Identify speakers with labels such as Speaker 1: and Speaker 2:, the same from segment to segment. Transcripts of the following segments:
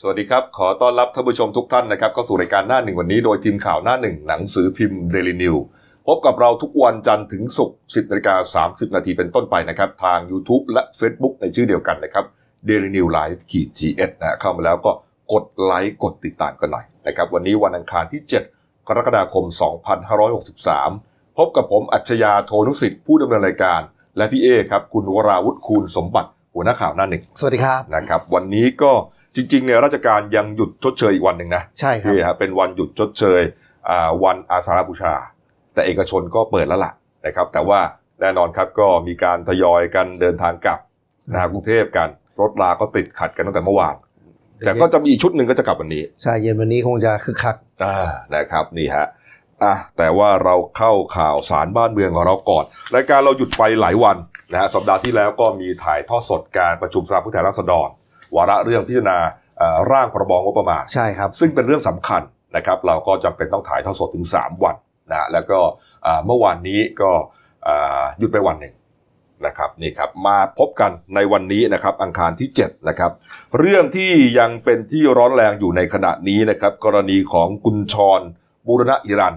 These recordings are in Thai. Speaker 1: สวัสดีครับ ขอต้อนรับท่านผู้ชมทุกท่านนะครับเข้าสู่รายการหน้าหนึ่งวันนี้โดยทีมข่าวหน้าหนึ่งหนังสือพิมพ์เดลินิวพบกับเราทุกวันจันทร์ถึงศุกร์10นาฬิกา30 นาทีเป็นต้นไปนะครับ ทาง YouTube และ Facebook ในชื่อเดียวกันนะครับ Daily New Life ขีด GS นะเข้ามาแล้วก็กดไลค์กดติดตามกันหน่อยนะครับ วันนี้วันอังคารที่ 7 กรกฎาคม 2563 พบกับผมอัจฉริยะโทนุสิทธิ์ผู้ดำเนินรายการ และพี่เอครับคุณวราวุฒิคูณสมบัติหัวหน้าข่าวหน้าหนึ่ง
Speaker 2: สวัสดีครับ
Speaker 1: นะครับวันนี้ก็จริงๆเนี่ยราชการยังหยุดชดเชยอีกวันหนึ่งนะ
Speaker 2: ใช่ครับ
Speaker 1: นี่ฮะเป็นวันหยุดชดเชยอ่าวันอาสาฬบูชา แต่เอกชนก็เปิดแล้วล่ะนะครับ แต่ว่าแน่นอนครับก็มีการทยอยกันเดินทางกลับนะฮะกรุงเทพกัน รถราก็ติดขัดกันตั้งแต่เมื่อวาน แต่ก็จะมีอีกชุดหนึ่งก็จะกลับวันนี้
Speaker 2: ใช่เย็นวันนี้คงจะคึกคัก
Speaker 1: อ่านะครับนี่ฮะอ่ะแต่ว่าเราเข้าข่าวสารบ้านเมืองของเราก่อนรายการเราหยุดไปหลายวันนะฮะสัปดาห์ที่แล้วก็มีถ่ายทอดสดการประชุมสภาผู้แทนราษฎร วาระเรื่องพิจารณาเอ่อร่างพรบงบประมาณ
Speaker 2: ใช่ครับ
Speaker 1: ซึ่งเป็นเรื่องสำคัญนะครับ เราก็จำเป็นต้องถ่ายทอดสดถึง 3 วันนะแล้วก็อ่าเมื่อวานนี้ก็อ่าหยุดไปวันหนึ่งนะครับนี่ครับมาพบกันในวันนี้นะครับอังคารที่7นะครับเรื่องที่ยังเป็นที่ร้อนแรงอยู่ในขณะนี้นะครับกรณีของกุญชรบูรณะอิรัน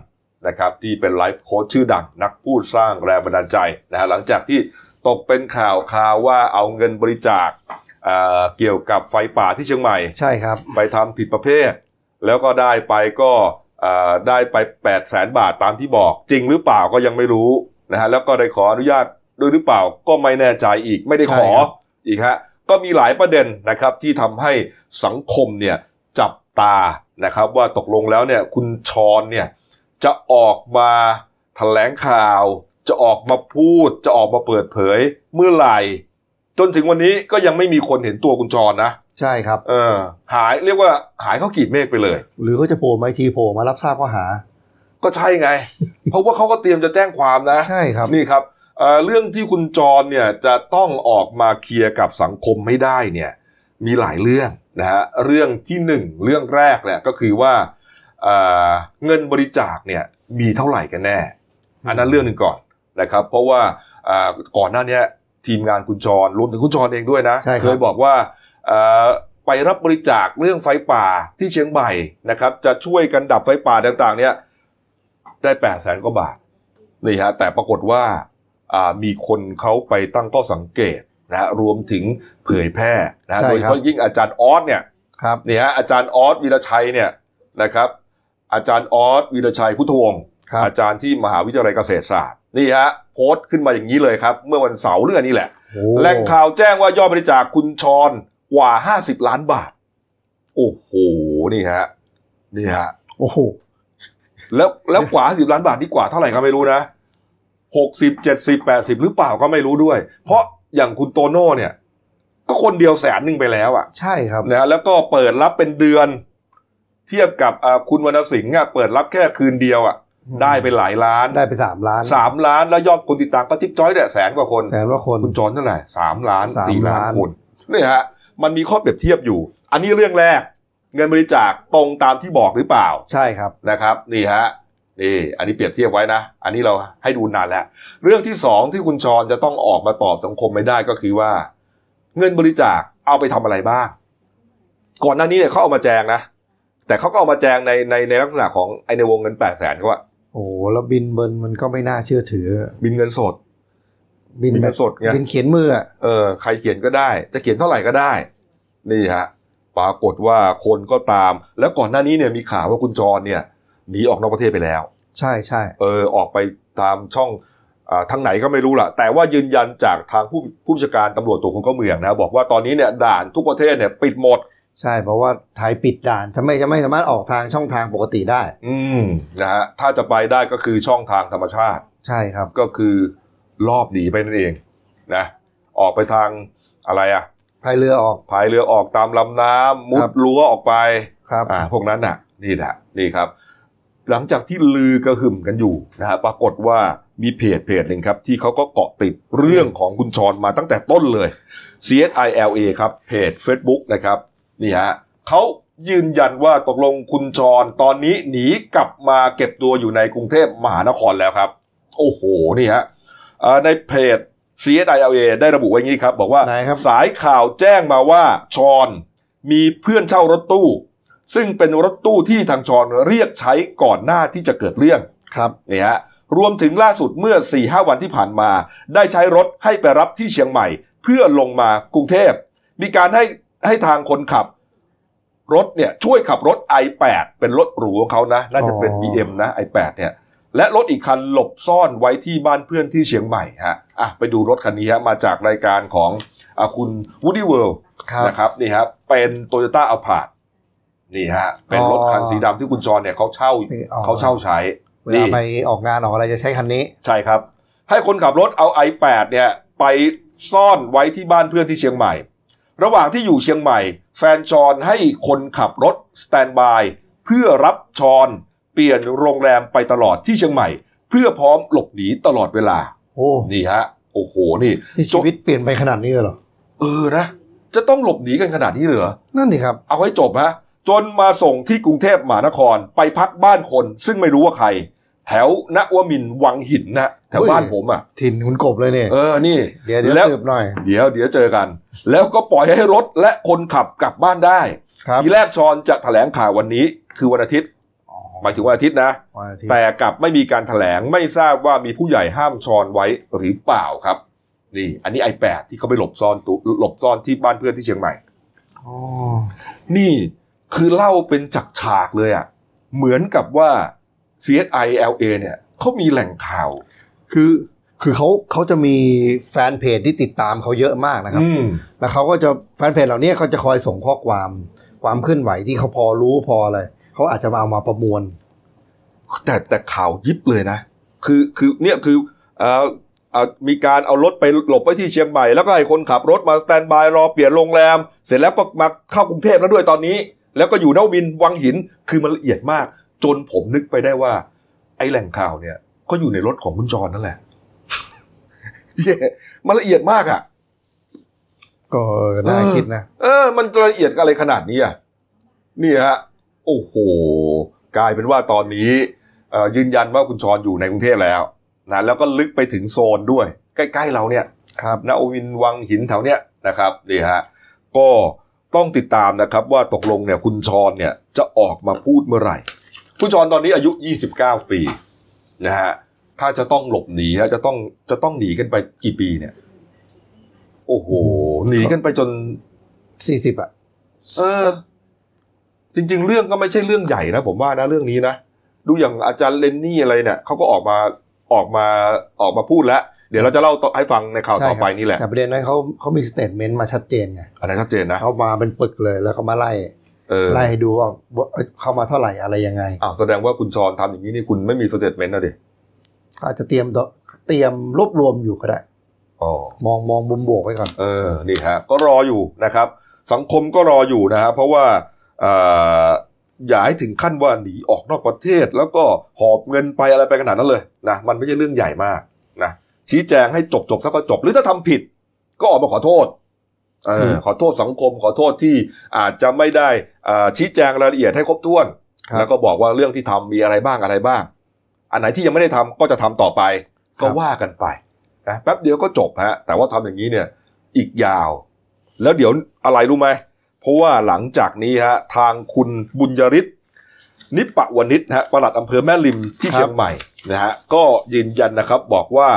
Speaker 1: นะครับที่เป็นไลฟ์โค้ชชื่อดังนักพูดสร้างแรงบันดาลใจนะฮะหลังจากที่ตกเป็นข่าวข่าวว่าเอาเงินบริจาคอ่าเกี่ยวกับไฟป่าที่เชียงใหม่
Speaker 2: ใช่ครับ
Speaker 1: ไปทำผิดประเภท แล้วก็ได้ไปก็อ่าได้ไป8ปดแสนบาทตามที่บอก จริงหรือเปล่าก็ยังไม่รู้นะฮะแล้วก็ได้ขออนุญาตด้วยหรือเปล่าก็ไม่แน่ใจอีกไม่ได้ขออีกฮะก็มีหลายประเด็นนะครับที่ทำให้สังคมเนี่ยจับตานะครับว่าตกลงแล้วเนี่ยคุณชรเนี่ยจะออกมาแถลงข่าว จะออกมาพูด จะออกมาเปิดเผยเมื่อไหร่ จนถึงวันนี้ก็ยังไม่มีคนเห็นตัวคุณชรนะ
Speaker 2: ใช่ครับ
Speaker 1: เออหายเรียกว่าหายเข้ากรีบเมฆไปเลย
Speaker 2: หรือเขาจะโผล่มาอีกทีโผล่มารับทราบข้อหา
Speaker 1: ก็ใช่ไง เพราะว่าเขาก็เตรียมจะแจ้งความนะ
Speaker 2: ใช่ครับ
Speaker 1: นี่ครับเอ่อเรื่องที่คุณจรเนี่ยจะต้องออกมาเคลียร์กับสังคมให้ได้เนี่ยมีหลายเรื่องนะฮะเรื่องที่หนึ่งเรื่องแรกเนี่ยก็คือว่าเอ่อเงินบริจาคเนี่ยมีเท่าไหร่กันแน่ อันนั้นเรื่องหนึ่งก่อนนะครับ เพราะว่าเอ่อก่อนหน้าเนี้ยทีมงานคุณจรรวมถึงคุณจรเองด้วยนะ
Speaker 2: ใช่ครับ
Speaker 1: เคยบอกว่าเอ่อไปรับบริจาคเรื่องไฟป่าที่เชียงใหม่นะครับ จะช่วยกันดับไฟป่าต่างๆ เนี่ยได้แปดแสนกว่าบาท นี่ฮะแต่ปรากฏว่าอ่ามีคนเขาไปตั้งข้อสังเกตนะฮะรวมถึงเผยแพร่นะฮะ
Speaker 2: ใช่
Speaker 1: โดยเฉ
Speaker 2: ครับ
Speaker 1: พาะยิ่งอาจารย์ออสเนี่ย
Speaker 2: ครับ
Speaker 1: นี่ฮะอาจารย์ออสวีรชัยเนี่ยนะครับ อาจารย์ออสวีรชัยพุทธวงศ์
Speaker 2: ครับ
Speaker 1: อาจารย์ที่มหาวิทยาลัยเกษตรศาสตร์นี่ฮะโพสต์ขึ้นมาอย่างนี้เลยครับ เมื่อวันเสาร์เรื่องนี้แหละ
Speaker 2: โอ้
Speaker 1: แหล่งข่าวแจ้งว่ายอดบริจาคคุณชรกว่า 50 ล้านบาท โอ้โหนี่ฮะนี่ฮะ
Speaker 2: โอ้โห
Speaker 1: แล้วแล้วกว่าสิบล้านบาทนี่กว่าเท่าไหร่ก็ไม่รู้นะหกสิบเจ็ดสิบแปดสิบหรือเปล่าก็ไม่รู้ด้วย เพราะอย่างคุณโตโน่เนี่ย ก็คนเดียวแสนหนึ่งไปแล้วอะ
Speaker 2: ใช่ครับ
Speaker 1: นะฮะแล้วก็เปิดรับเป็นเดือน เทียบกับอ่าคุณวรรณสิงห์อะเปิดรับแค่คืนเดียวอะได้ไปหลายล้าน
Speaker 2: ได้ไปสามล้าน
Speaker 1: สามล้านแล้วยอดคนติดตามก็จิ๊บจ้อยแหละแสนกว่าคน
Speaker 2: แสนกว่าคน
Speaker 1: คุณจอนเท่าไหร่สามล้าน
Speaker 2: สาม
Speaker 1: สี่ล้าน
Speaker 2: ล้าน
Speaker 1: คนนี่ฮะ มันมีข้อเปรียบเทียบอยู่ อันนี้เรื่องแรก เงินบริจาคตรงตามที่บอกหรือเปล่า
Speaker 2: ใช่ครับ
Speaker 1: นะครับนี่ฮะนี่อันนี้เปรียบเทียบไว้นะ อันนี้เราให้ดูนานแล้ว เรื่องที่สองที่คุณชรจะต้องออกมาตอบสังคมไม่ได้ก็คือว่า เงินบริจาคเอาไปทำอะไรบ้าง ก่อนหน้านี้เนี่ยเขาเอามาแจงนะ แต่เขาก็เอามาแจงในในในลักษณะของไอในวงเงินแปดแสนเขาอะ
Speaker 2: โอ้โหแล้วบินเบินมันก็ไม่น่าเชื่อถือ
Speaker 1: บินเงินสด
Speaker 2: บิน
Speaker 1: บิน
Speaker 2: แบ
Speaker 1: เงิ
Speaker 2: บ
Speaker 1: นสดไง
Speaker 2: บินเขียนมืออะ
Speaker 1: เออใครเขียนก็ได้ จะเขียนเท่าไหร่ก็ได้ นี่ฮะปรากฏว่าคนก็ตาม แล้วก่อนหน้านี้เนี่ยมีข่าวว่าคุณจรเนี่ยหนีออกนอกประเทศไปแล้ว
Speaker 2: ใช่ใช่
Speaker 1: เออออกไปตามช่องอาทางไหนก็ไม่รู้ล่ะ แต่ว่ายืนยันจากทางผู้ผู้บัญชาการตำรวจตัวจคนเข้าเมืองนะ บอกว่าตอนนี้เนี่ยด่านทุกประเทศเนี่ยปิดหมด
Speaker 2: ใช่เพราะว่าไทยปิดด่านจะไม่จะไม่สามารถออกทางช่องทางปกติได้
Speaker 1: อืมนะฮะถ้าจะไปได้ก็คือช่องทางธรรมชาติ
Speaker 2: ใช่ครับ
Speaker 1: ก็คือลอบหนีไปนั่นเองนะออกไปทางอะไรอะ
Speaker 2: พายเรือออก
Speaker 1: พายเรือออกตามลำน้ำมุดรั้วออกไป
Speaker 2: ครับ
Speaker 1: อ่าพวกนั้นน่ะนี่แหละนี่ครับ หลังจากที่ลือกระหึ่มกันอยู่นะฮะปรากฏว่ามีเพจเพจหนึ่งครับ ที่เขาก็เกาะติดเรื่องของคุณชรมาตั้งแต่ต้นเลย CSILA ครับเพจ Facebook นะครับนี่ฮะเขายืนยันว่าตกลงคุณชรตอนนี้หนีกลับมาเก็บตัวอยู่ในกรุงเทพมหานครแล้วครับ โอ้โหนี่ฮะเอ่อในเพจ CSILA ได้ระบุไว้งี้ครับ บอกว่า
Speaker 2: ไหนครับ
Speaker 1: สายข่าวแจ้งมาว่าชร มีเพื่อนเช่ารถตู้ ซึ่งเป็นรถตู้ที่ทางชรเรียกใช้ก่อนหน้าที่จะเกิดเรื่อง
Speaker 2: ครับ
Speaker 1: นี่ฮะรวมถึงล่าสุดเมื่อ 4-5 วันที่ผ่านมา ได้ใช้รถให้ไปรับที่เชียงใหม่ เพื่อลงมากรุงเทพ มีการให้ให้ทางคนขับ รถเนี่ยช่วยขับรถ i8 เป็นรถหรูของเขานะ น่าจะเป็น
Speaker 2: อ๋อ
Speaker 1: BM นะ i8 เนี่ยและรถอีกคันหลบซ่อนไว้ที่บ้านเพื่อนที่เชียงใหม่ฮะอ่ะไปดูรถคันนี้ฮะมาจากรายการของอะคุณวูดี้เวิลด์
Speaker 2: ครับ
Speaker 1: นะครับนี่ฮะเป็นโตโยต้าอัลพาดนี่ฮะเป็นรถคันสีดำที่คุณจรเนี่ยเขาเช่า
Speaker 2: นี่ออก
Speaker 1: เขาเช่าใช้
Speaker 2: เวลาไปออกงานออกอะไรจะใช้คันนี้
Speaker 1: ใช่ครับ ให้คนขับรถเอา i8 เนี่ยไปซ่อนไว้ที่บ้านเพื่อนที่เชียงใหม่ ระหว่างที่อยู่เชียงใหม่ แฟนชอนให้คนขับรถสแตนบายเพื่อรับชอนเปลี่ยนโรงแรมไปตลอดที่เชียงใหม่ เพื่อพร้อมหลบหนีตลอดเวลา
Speaker 2: โอ้
Speaker 1: นี่ฮะ โอ้โหนี่
Speaker 2: นี่ชีวิตเปลี่ยนไปขนาดนี้เลยเหรอ
Speaker 1: เออนะ จะต้องหลบหนีกันขนาดนี้เลยเหรอ
Speaker 2: นั่นดิครับ
Speaker 1: เอาให้จบฮะจนมาส่งที่กรุงเทพมหานครไปพักบ้านคน ซึ่งไม่รู้ว่าใคร แถวนวมินทร์วังหินนะแถวบ้านผมอ่ะ
Speaker 2: ถิ่นคุณกบเลยเนี่ย
Speaker 1: เออนี่
Speaker 2: เดี๋ยวเดี๋ยว
Speaker 1: แล้ว
Speaker 2: สืบหน่อย
Speaker 1: เดี๋ยวเดี๋ยวเจอกัน แล้วก็ปล่อยให้รถและคนขับกลับบ้านได้
Speaker 2: ครับ
Speaker 1: ทีแรกชอนจะแถลงข่าววันนี้ คือวันอาทิตย์
Speaker 2: อ๋อ
Speaker 1: หมายถึงวันอาทิตย์นะ
Speaker 2: วันอาทิตย์
Speaker 1: แต่กลับไม่มีการแถลงไม่ทราบว่ามีผู้ใหญ่ห้ามชอนไว้หรือเปล่าครับ นี่ อันนี้ i8 ที่เขาไปหลบซ่อนตุหลบซ่อนที่บ้านเพื่อนที่เชียงใหม่
Speaker 2: อ๋อ
Speaker 1: นี่คือเล่าเป็นจักฉากๆเลยอะ่ะเหมือนกับว่า CSI LA เนี่ยเขามีแหล่งข่าว
Speaker 2: คือคือเขาเขาจะมีแฟนเพจที่ติดตามเขาเยอะมากนะครับ
Speaker 1: อืม
Speaker 2: แล้วเขาก็จะแฟนเพจเหล่านี้เขาจะคอยส่งข้อความความเคลื่อนไหวที่เขาพอรู้พออะไรเขาอาจจะมาเอามาประมวล
Speaker 1: แต่แต่ข่าวยิบเลยนะ คือคือเนี่ยคือเอ่อเอ่อมีการเอารถไปหลบไว้ที่เชียงใหม่ แล้วก็ให้คนขับรถมาสแตนบายรอเปลี่ยนโรงแรม เสร็จแล้วก็มาเข้ากรุงเทพแล้วด้วยตอนนี้ แล้วก็อยู่นวมินทร์วังหินคือมันละเอียดมาก จนผมนึกไปได้ว่า ไอ้แหล่งข่าวเนี่ยก็อยู่ในรถของคุณจรนั่นแหละ เหี้ยมันละเอียดมากอ่ะ
Speaker 2: ก็น่าคิดนะ
Speaker 1: เออ มันละเอียดอะไรขนาดนี้อ่ะนี่ฮะ โอ้โห กลายเป็นว่าตอนนี้เอ่อยืนยันว่าคุณชรอยู่ในกรุงเทพแล้วนะแล้วก็ลึกไปถึงโซนด้วย ใกล้ ๆ เราเนี่ย
Speaker 2: ครับ
Speaker 1: นโอวินวังหินแถวเนี้ยนะครับนี่ฮะ ก็ต้องติดตามนะครับ ว่าตกลงเนี่ยคุณชรเนี่ยจะออกมาพูดเมื่อไหร่ คุณชรตอนนี้อายุ 29 ปีนะฮะ ถ้าจะต้องหลบหนีฮะจะต้องจะต้องหนีกันไปกี่ปีเนี่ย โอ้โห หนีกันไปจน
Speaker 2: สี่สิบอ่ะ
Speaker 1: เออจริง ๆ เรื่องก็ไม่ใช่เรื่องใหญ่นะผมว่านะเรื่องนี้นะดูอย่างอาจารย์เลนนี่อะไรเนี่ยเขาก็ออกมาออกมาออกมาพูดแล้ว เดี๋ยวเราจะเล่าต่อให้ฟังในข่าว
Speaker 2: ใช่ค
Speaker 1: ต่
Speaker 2: รั
Speaker 1: อบ ไปนี่แหละ
Speaker 2: แต่ประเด็นนั้นเขาเขามีสเตทเมนต์มาชัดเจนไง
Speaker 1: อันนั้นชัดเจนนะ
Speaker 2: เขามาเป็นปึกเลยแล้วเขามาไล่
Speaker 1: เออ
Speaker 2: ไล่ให้ดูว่าว่าเอ้ยเข้ามาเท่าไหร่อะไรยังไง
Speaker 1: อ้าวแสดงว่าคุณชรทำอย่างนี้นี่คุณไม่มีสเตทเมนต์นะดิ
Speaker 2: เขาอาจจะเตรียมตัวเตรียมรวบรวมอยู่ก็ได้
Speaker 1: อ๋อ
Speaker 2: มองมองมุมบวกไว้ก่อน
Speaker 1: เออ นี่ฮะ ก็รออยู่นะครับ สังคมก็รออยู่นะฮะ เพราะว่าเอ่ออย่าให้ถึงขั้นว่าหนีออกนอกประเทศ แล้วก็หอบเงินไปอะไรไปขนาดนั้นเลยนะ มันไม่ใช่เรื่องใหญ่มากนะ ชี้แจงให้จบจบซะก็จบ หรือถ้าทำผิด ก็ออกมาขอโทษ เอ
Speaker 2: อื
Speaker 1: อ
Speaker 2: ม
Speaker 1: ขอโทษสังคม ขอโทษที่อาจจะไม่ได้อ่าชี้แจงรายละเอียดให้ครบถ้วน
Speaker 2: ครับ
Speaker 1: แล้วก็บอกว่าเรื่องที่ทำมีอะไรบ้างอะไรบ้าง อันไหนที่ยังไม่ได้ทำก็จะทำต่อไป ก็ว่ากันไปนะแป๊บเดียวก็จบฮะ แต่ว่าทำอย่างนี้เนี่ย อีกยาว แล้วเดี๋ยวอะไรรู้ไหม เพราะว่าหลังจากนี้ฮะ ทางคุณบุญยริศนิปะวนิชฮะปลัดอำเภอแม่ริมที่
Speaker 2: ครับ
Speaker 1: เชียงใหม่นะฮะก็ยืนยันนะครับบอกว่า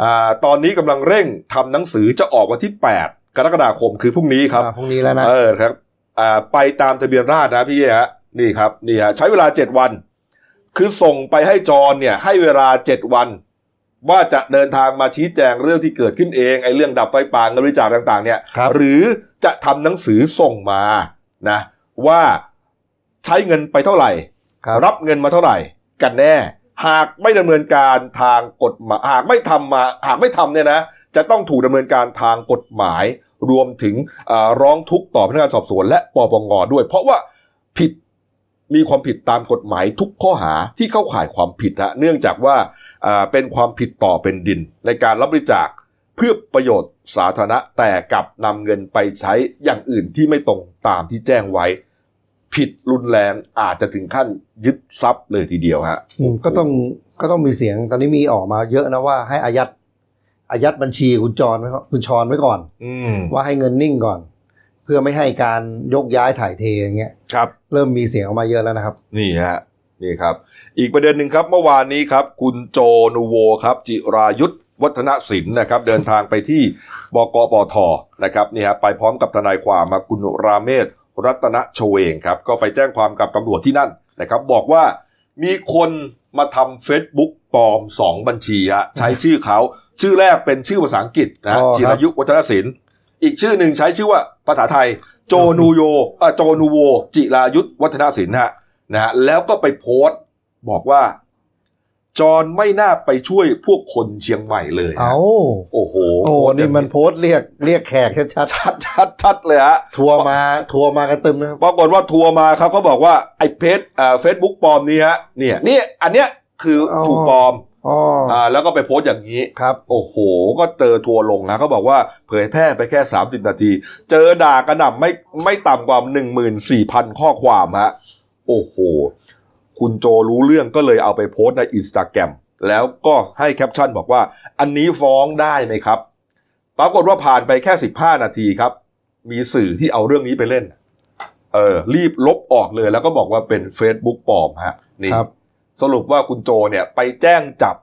Speaker 1: อาตอนนี้กำลังเร่งทำหนังสือจะออกวันที่ 8 กรกฎาคมคือพรุ่งนี้ครับ
Speaker 2: อ่าพรุ่งนี้แล้วนะ
Speaker 1: เออครับอ่าไปตามทะเบียนราษฎร์นะพี่ฮะนี่ครับนี่ฮะใช้เวลาเจ็ดวัน คือส่งไปให้จรเนี่ยให้เวลาเจ็ดวัน ว่าจะเดินทางมาชี้แจงเรื่องที่เกิดขึ้นเองไอ้เรื่องดับไฟป่าเงินบริจาคต่าง ๆ เนี่ย
Speaker 2: ครับ
Speaker 1: หรือจะทำหนังสือส่งมานะว่าใช้เงินไปเท่าไหร่
Speaker 2: ครับ
Speaker 1: รับเงินมาเท่าไหร่ กันแน่ หากไม่ดำเนินการทางกฎหมายหากไม่ทำมา หากไม่ทำเนี่ยนะ จะต้องถูกดำเนินการทางกฎหมาย รวมถึงเอ่อร้องทุกข์ต่อพนักงานสอบสวนและปปงด้วย เพราะว่าผิดมีความผิดตามกฎหมายทุกข้อหาที่เข้าข่ายความผิดฮะเนื่องจากว่าอ่าเป็นความผิดต่อเป็นดิน ในการรับบริจาคเพื่อประโยชน์สาธารณะแต่กลับนำเงินไปใช้อย่างอื่นที่ไม่ตรงตามที่แจ้งไว้ ผิดรุนแรงอาจจะถึงขั้นยึดทรัพย์เลยทีเดียวฮะ
Speaker 2: อืมก็ต้องก็ต้องมีเสียงตอนนี้มีออกมาเยอะนะว่าให้อายัดอายัดบัญชีคุณจรไว้ก่อนคุณชรไว้ก่อน
Speaker 1: อืม
Speaker 2: ว่าให้เงินนิ่งก่อน เพื่อไม่ให้การยกย้ายถ่ายเทอย่างเงี้ย
Speaker 1: ครับ
Speaker 2: เริ่มมีเสียงออกมาเยอะแล้วนะครับ
Speaker 1: นี่ฮะนี่ครับ อีกประเด็นหนึ่งครับเมื่อวานนี้ครับ คุณโจนูโวครับ จิรายุทธวัฒนศิลป์นะครับ เดินทางไปที่บกปทนะครับนี่ฮะไปพร้อมกับทนายความมาคุณราเมศรัตนชเวงครับ ก็ไปแจ้งความกับตำรวจที่นั่นนะครับ บอกว่ามีคนมาทำ Facebook ปลอม 2 บัญชีฮะใช้ชื่อเขาชื่อแรกเป็นชื่อภาษาอังกฤษนะฮะ
Speaker 2: อ๋อครับ
Speaker 1: จิรายุทธวัฒนศิลป์อีกชื่อหนึ่งใช้ชื่อว่าภาษาไทย โจนูโยเอ่อโจนูโว จิรายุทธวัฒนศิลป์ฮะ นะฮะแล้วก็ไปโพสต์บอกว่า จอนไม่น่าไปช่วยพวกคนเชียงใหม่เลยนะ
Speaker 2: เอา
Speaker 1: โอ้โห
Speaker 2: โอ้โหนี่มันโพสต์เรียกเรียกแขกชัด
Speaker 1: ชัดชัดชัดเลยฮะ
Speaker 2: ๆทัวร์มาทัวร์มากันเตึมนะครับ
Speaker 1: ปรากฏว่าทัวร์มาเขาก็บอกว่าไอ้เพจเฟซบุ๊กปลอมนี้ฮะเนี่ยเนี่ยอันเนี้ยคืออ
Speaker 2: อ
Speaker 1: ถูกปลอม
Speaker 2: อ๋อ
Speaker 1: อ่าแล้วก็ไปโพสต์อย่างนี้
Speaker 2: ครับ
Speaker 1: โอ้โห ก็เจอทัวร์ลงนะเขาบอกว่าเผยแพร่ไปแค่ 30 นาที เจอด่ากระหน่ำไม่ไม่ต่ำกว่า 14,000 ข้อความฮะ โอ้โห คุณโจรู้เรื่องก็เลยเอาไปโพสต์ในอินสตาแกรมแล้วก็ให้แคปชั่นบอกว่า อันนี้ฟ้องได้ไหมครับ ปรากฏว่าผ่านไปแค่ 15 นาทีครับ มีสื่อที่เอาเรื่องนี้ไปเล่น เออ รีบลบออกเลยแล้วก็บอกว่าเป็น Facebook ปลอมฮะนี่
Speaker 2: ครับ
Speaker 1: สรุปว่าคุณโจเนี่ยไปแจ้งจับ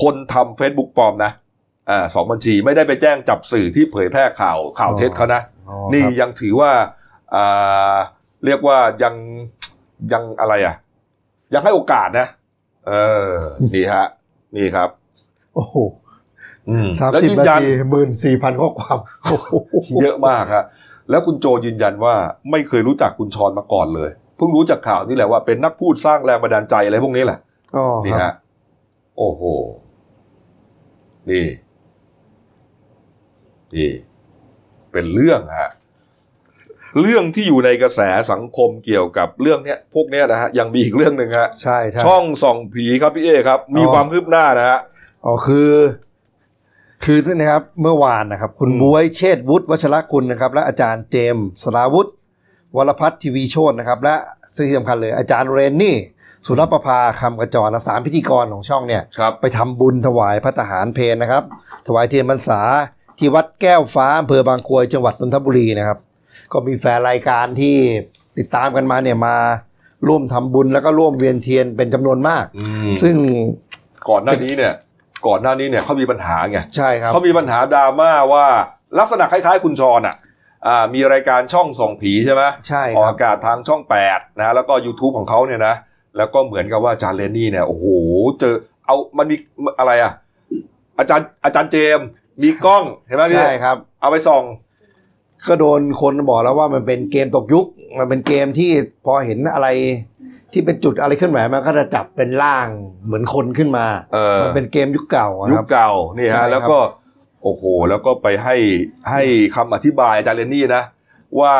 Speaker 1: คนทำ Facebook ปลอมนะอ่าสองบัญชีไม่ได้ไปแจ้งจับสื่อที่เผยแพร่ข่าวข่าวเท็จเขานะ
Speaker 2: อ๋อ
Speaker 1: นี่
Speaker 2: ครับ
Speaker 1: ยังถือว่าอ่าเรียกว่ายังยังอะไรอ่ะ ยังให้โอกาสนะ เออ นี่ฮะ นี่ครับ
Speaker 2: โอ้โห
Speaker 1: อืม
Speaker 2: สาม
Speaker 1: แล้ว
Speaker 2: สิบ
Speaker 1: ยื
Speaker 2: นา
Speaker 1: ยัน
Speaker 2: ทีหมื่นสี่พันข้อความโอ้โห
Speaker 1: เยอะมากฮะแล้วคุณโจยืนยันว่าไม่เคยรู้จักคุณชอนมาก่อนเลย เพิ่งรู้จากข่าวนี่แหละว่าเป็นนักพูดสร้างแรงบันดาลใจอะไรพวกนี้แหละ
Speaker 2: อ๋อ
Speaker 1: นี่
Speaker 2: ครับ
Speaker 1: ฮะ โอ้โห นี่ นี่ เป็นเรื่องฮะ เรื่องที่อยู่ในกระแสสังคมเกี่ยวกับเรื่องเนี้ย พวกเนี้ยนะฮะ ยังมีอีกเรื่องหนึ่งฮะ
Speaker 2: ใช่ใช่
Speaker 1: ช่องส่องผีครับพี่เอครับ มี
Speaker 2: อ๋อ
Speaker 1: ความคืบหน้านะฮะ
Speaker 2: อ๋อคือ คือนะครับเมื่อวานนะครับ คุณ
Speaker 1: อืม
Speaker 2: บวยเชษฐวุฒิวัชรคุณนะครับ และอาจารย์เจมส์สราวุฒิวรพัฒน์ทีวีโชตนะครับ และสิ่งสำคัญเลย อาจารย์เรนนี่ สุรประภาคำกระจรนะครับสามพิธีกรของช่องเนี่ย
Speaker 1: ครับ
Speaker 2: ไปทำบุญถวายพระทหารเพนนะครับ ถวายเทียนพรรษาที่วัดแก้วฟ้าอำเภอบางกรวยจังหวัดนนทบุรีนะครับ ก็มีแฟนรายการที่ติดตามกันมาเนี่ยมาร่วมทำบุญแล้วก็ร่วมเวียนเทียนเป็นจำนวนมาก
Speaker 1: อืม
Speaker 2: ซึ่ง
Speaker 1: ก่อนหน้านี้เนี่ย ก่อนหน้านี้เนี่ยเขามีปัญหาไง
Speaker 2: ใช่ครับ
Speaker 1: เขามีปัญหาดราม่าว่าลักษณะคล้ายๆ คุณชอนอ่ะ อ่า มีรายการช่องส่องผีใช่ไหม
Speaker 2: ใช่
Speaker 1: ออก
Speaker 2: ครับ
Speaker 1: อากาศทางช่อง 8 นะแล้วก็ YouTube ของเขาเนี่ยนะ แล้วก็เหมือนกับว่าอาจารย์เลนนี่เนี่ย โอ้โห เจอเอามันมีอะไรอ่ะ อาจารย์อาจารย์เจมส์มีกล้องเห็นไหมพี่
Speaker 2: ใช่ครับ
Speaker 1: เอาไปส่อง
Speaker 2: ก็โดนคนบอกแล้วว่ามันเป็นเกมตกยุค มันเป็นเกมที่พอเห็นอะไรที่เป็นจุดอะไรเคลื่อนไหวมันก็จะจับเป็นร่างเหมือนคนขึ้นมา
Speaker 1: เออ
Speaker 2: มันเป็นเกมยุคเก่าอะ
Speaker 1: ยุ
Speaker 2: ค
Speaker 1: ครับ เก่านี่
Speaker 2: ใช่ค
Speaker 1: ฮะ
Speaker 2: รับ
Speaker 1: แล้วก็โอ้โห แล้วก็ไปให้ให้คำอธิบายอาจารย์เลนนี่นะ ว่า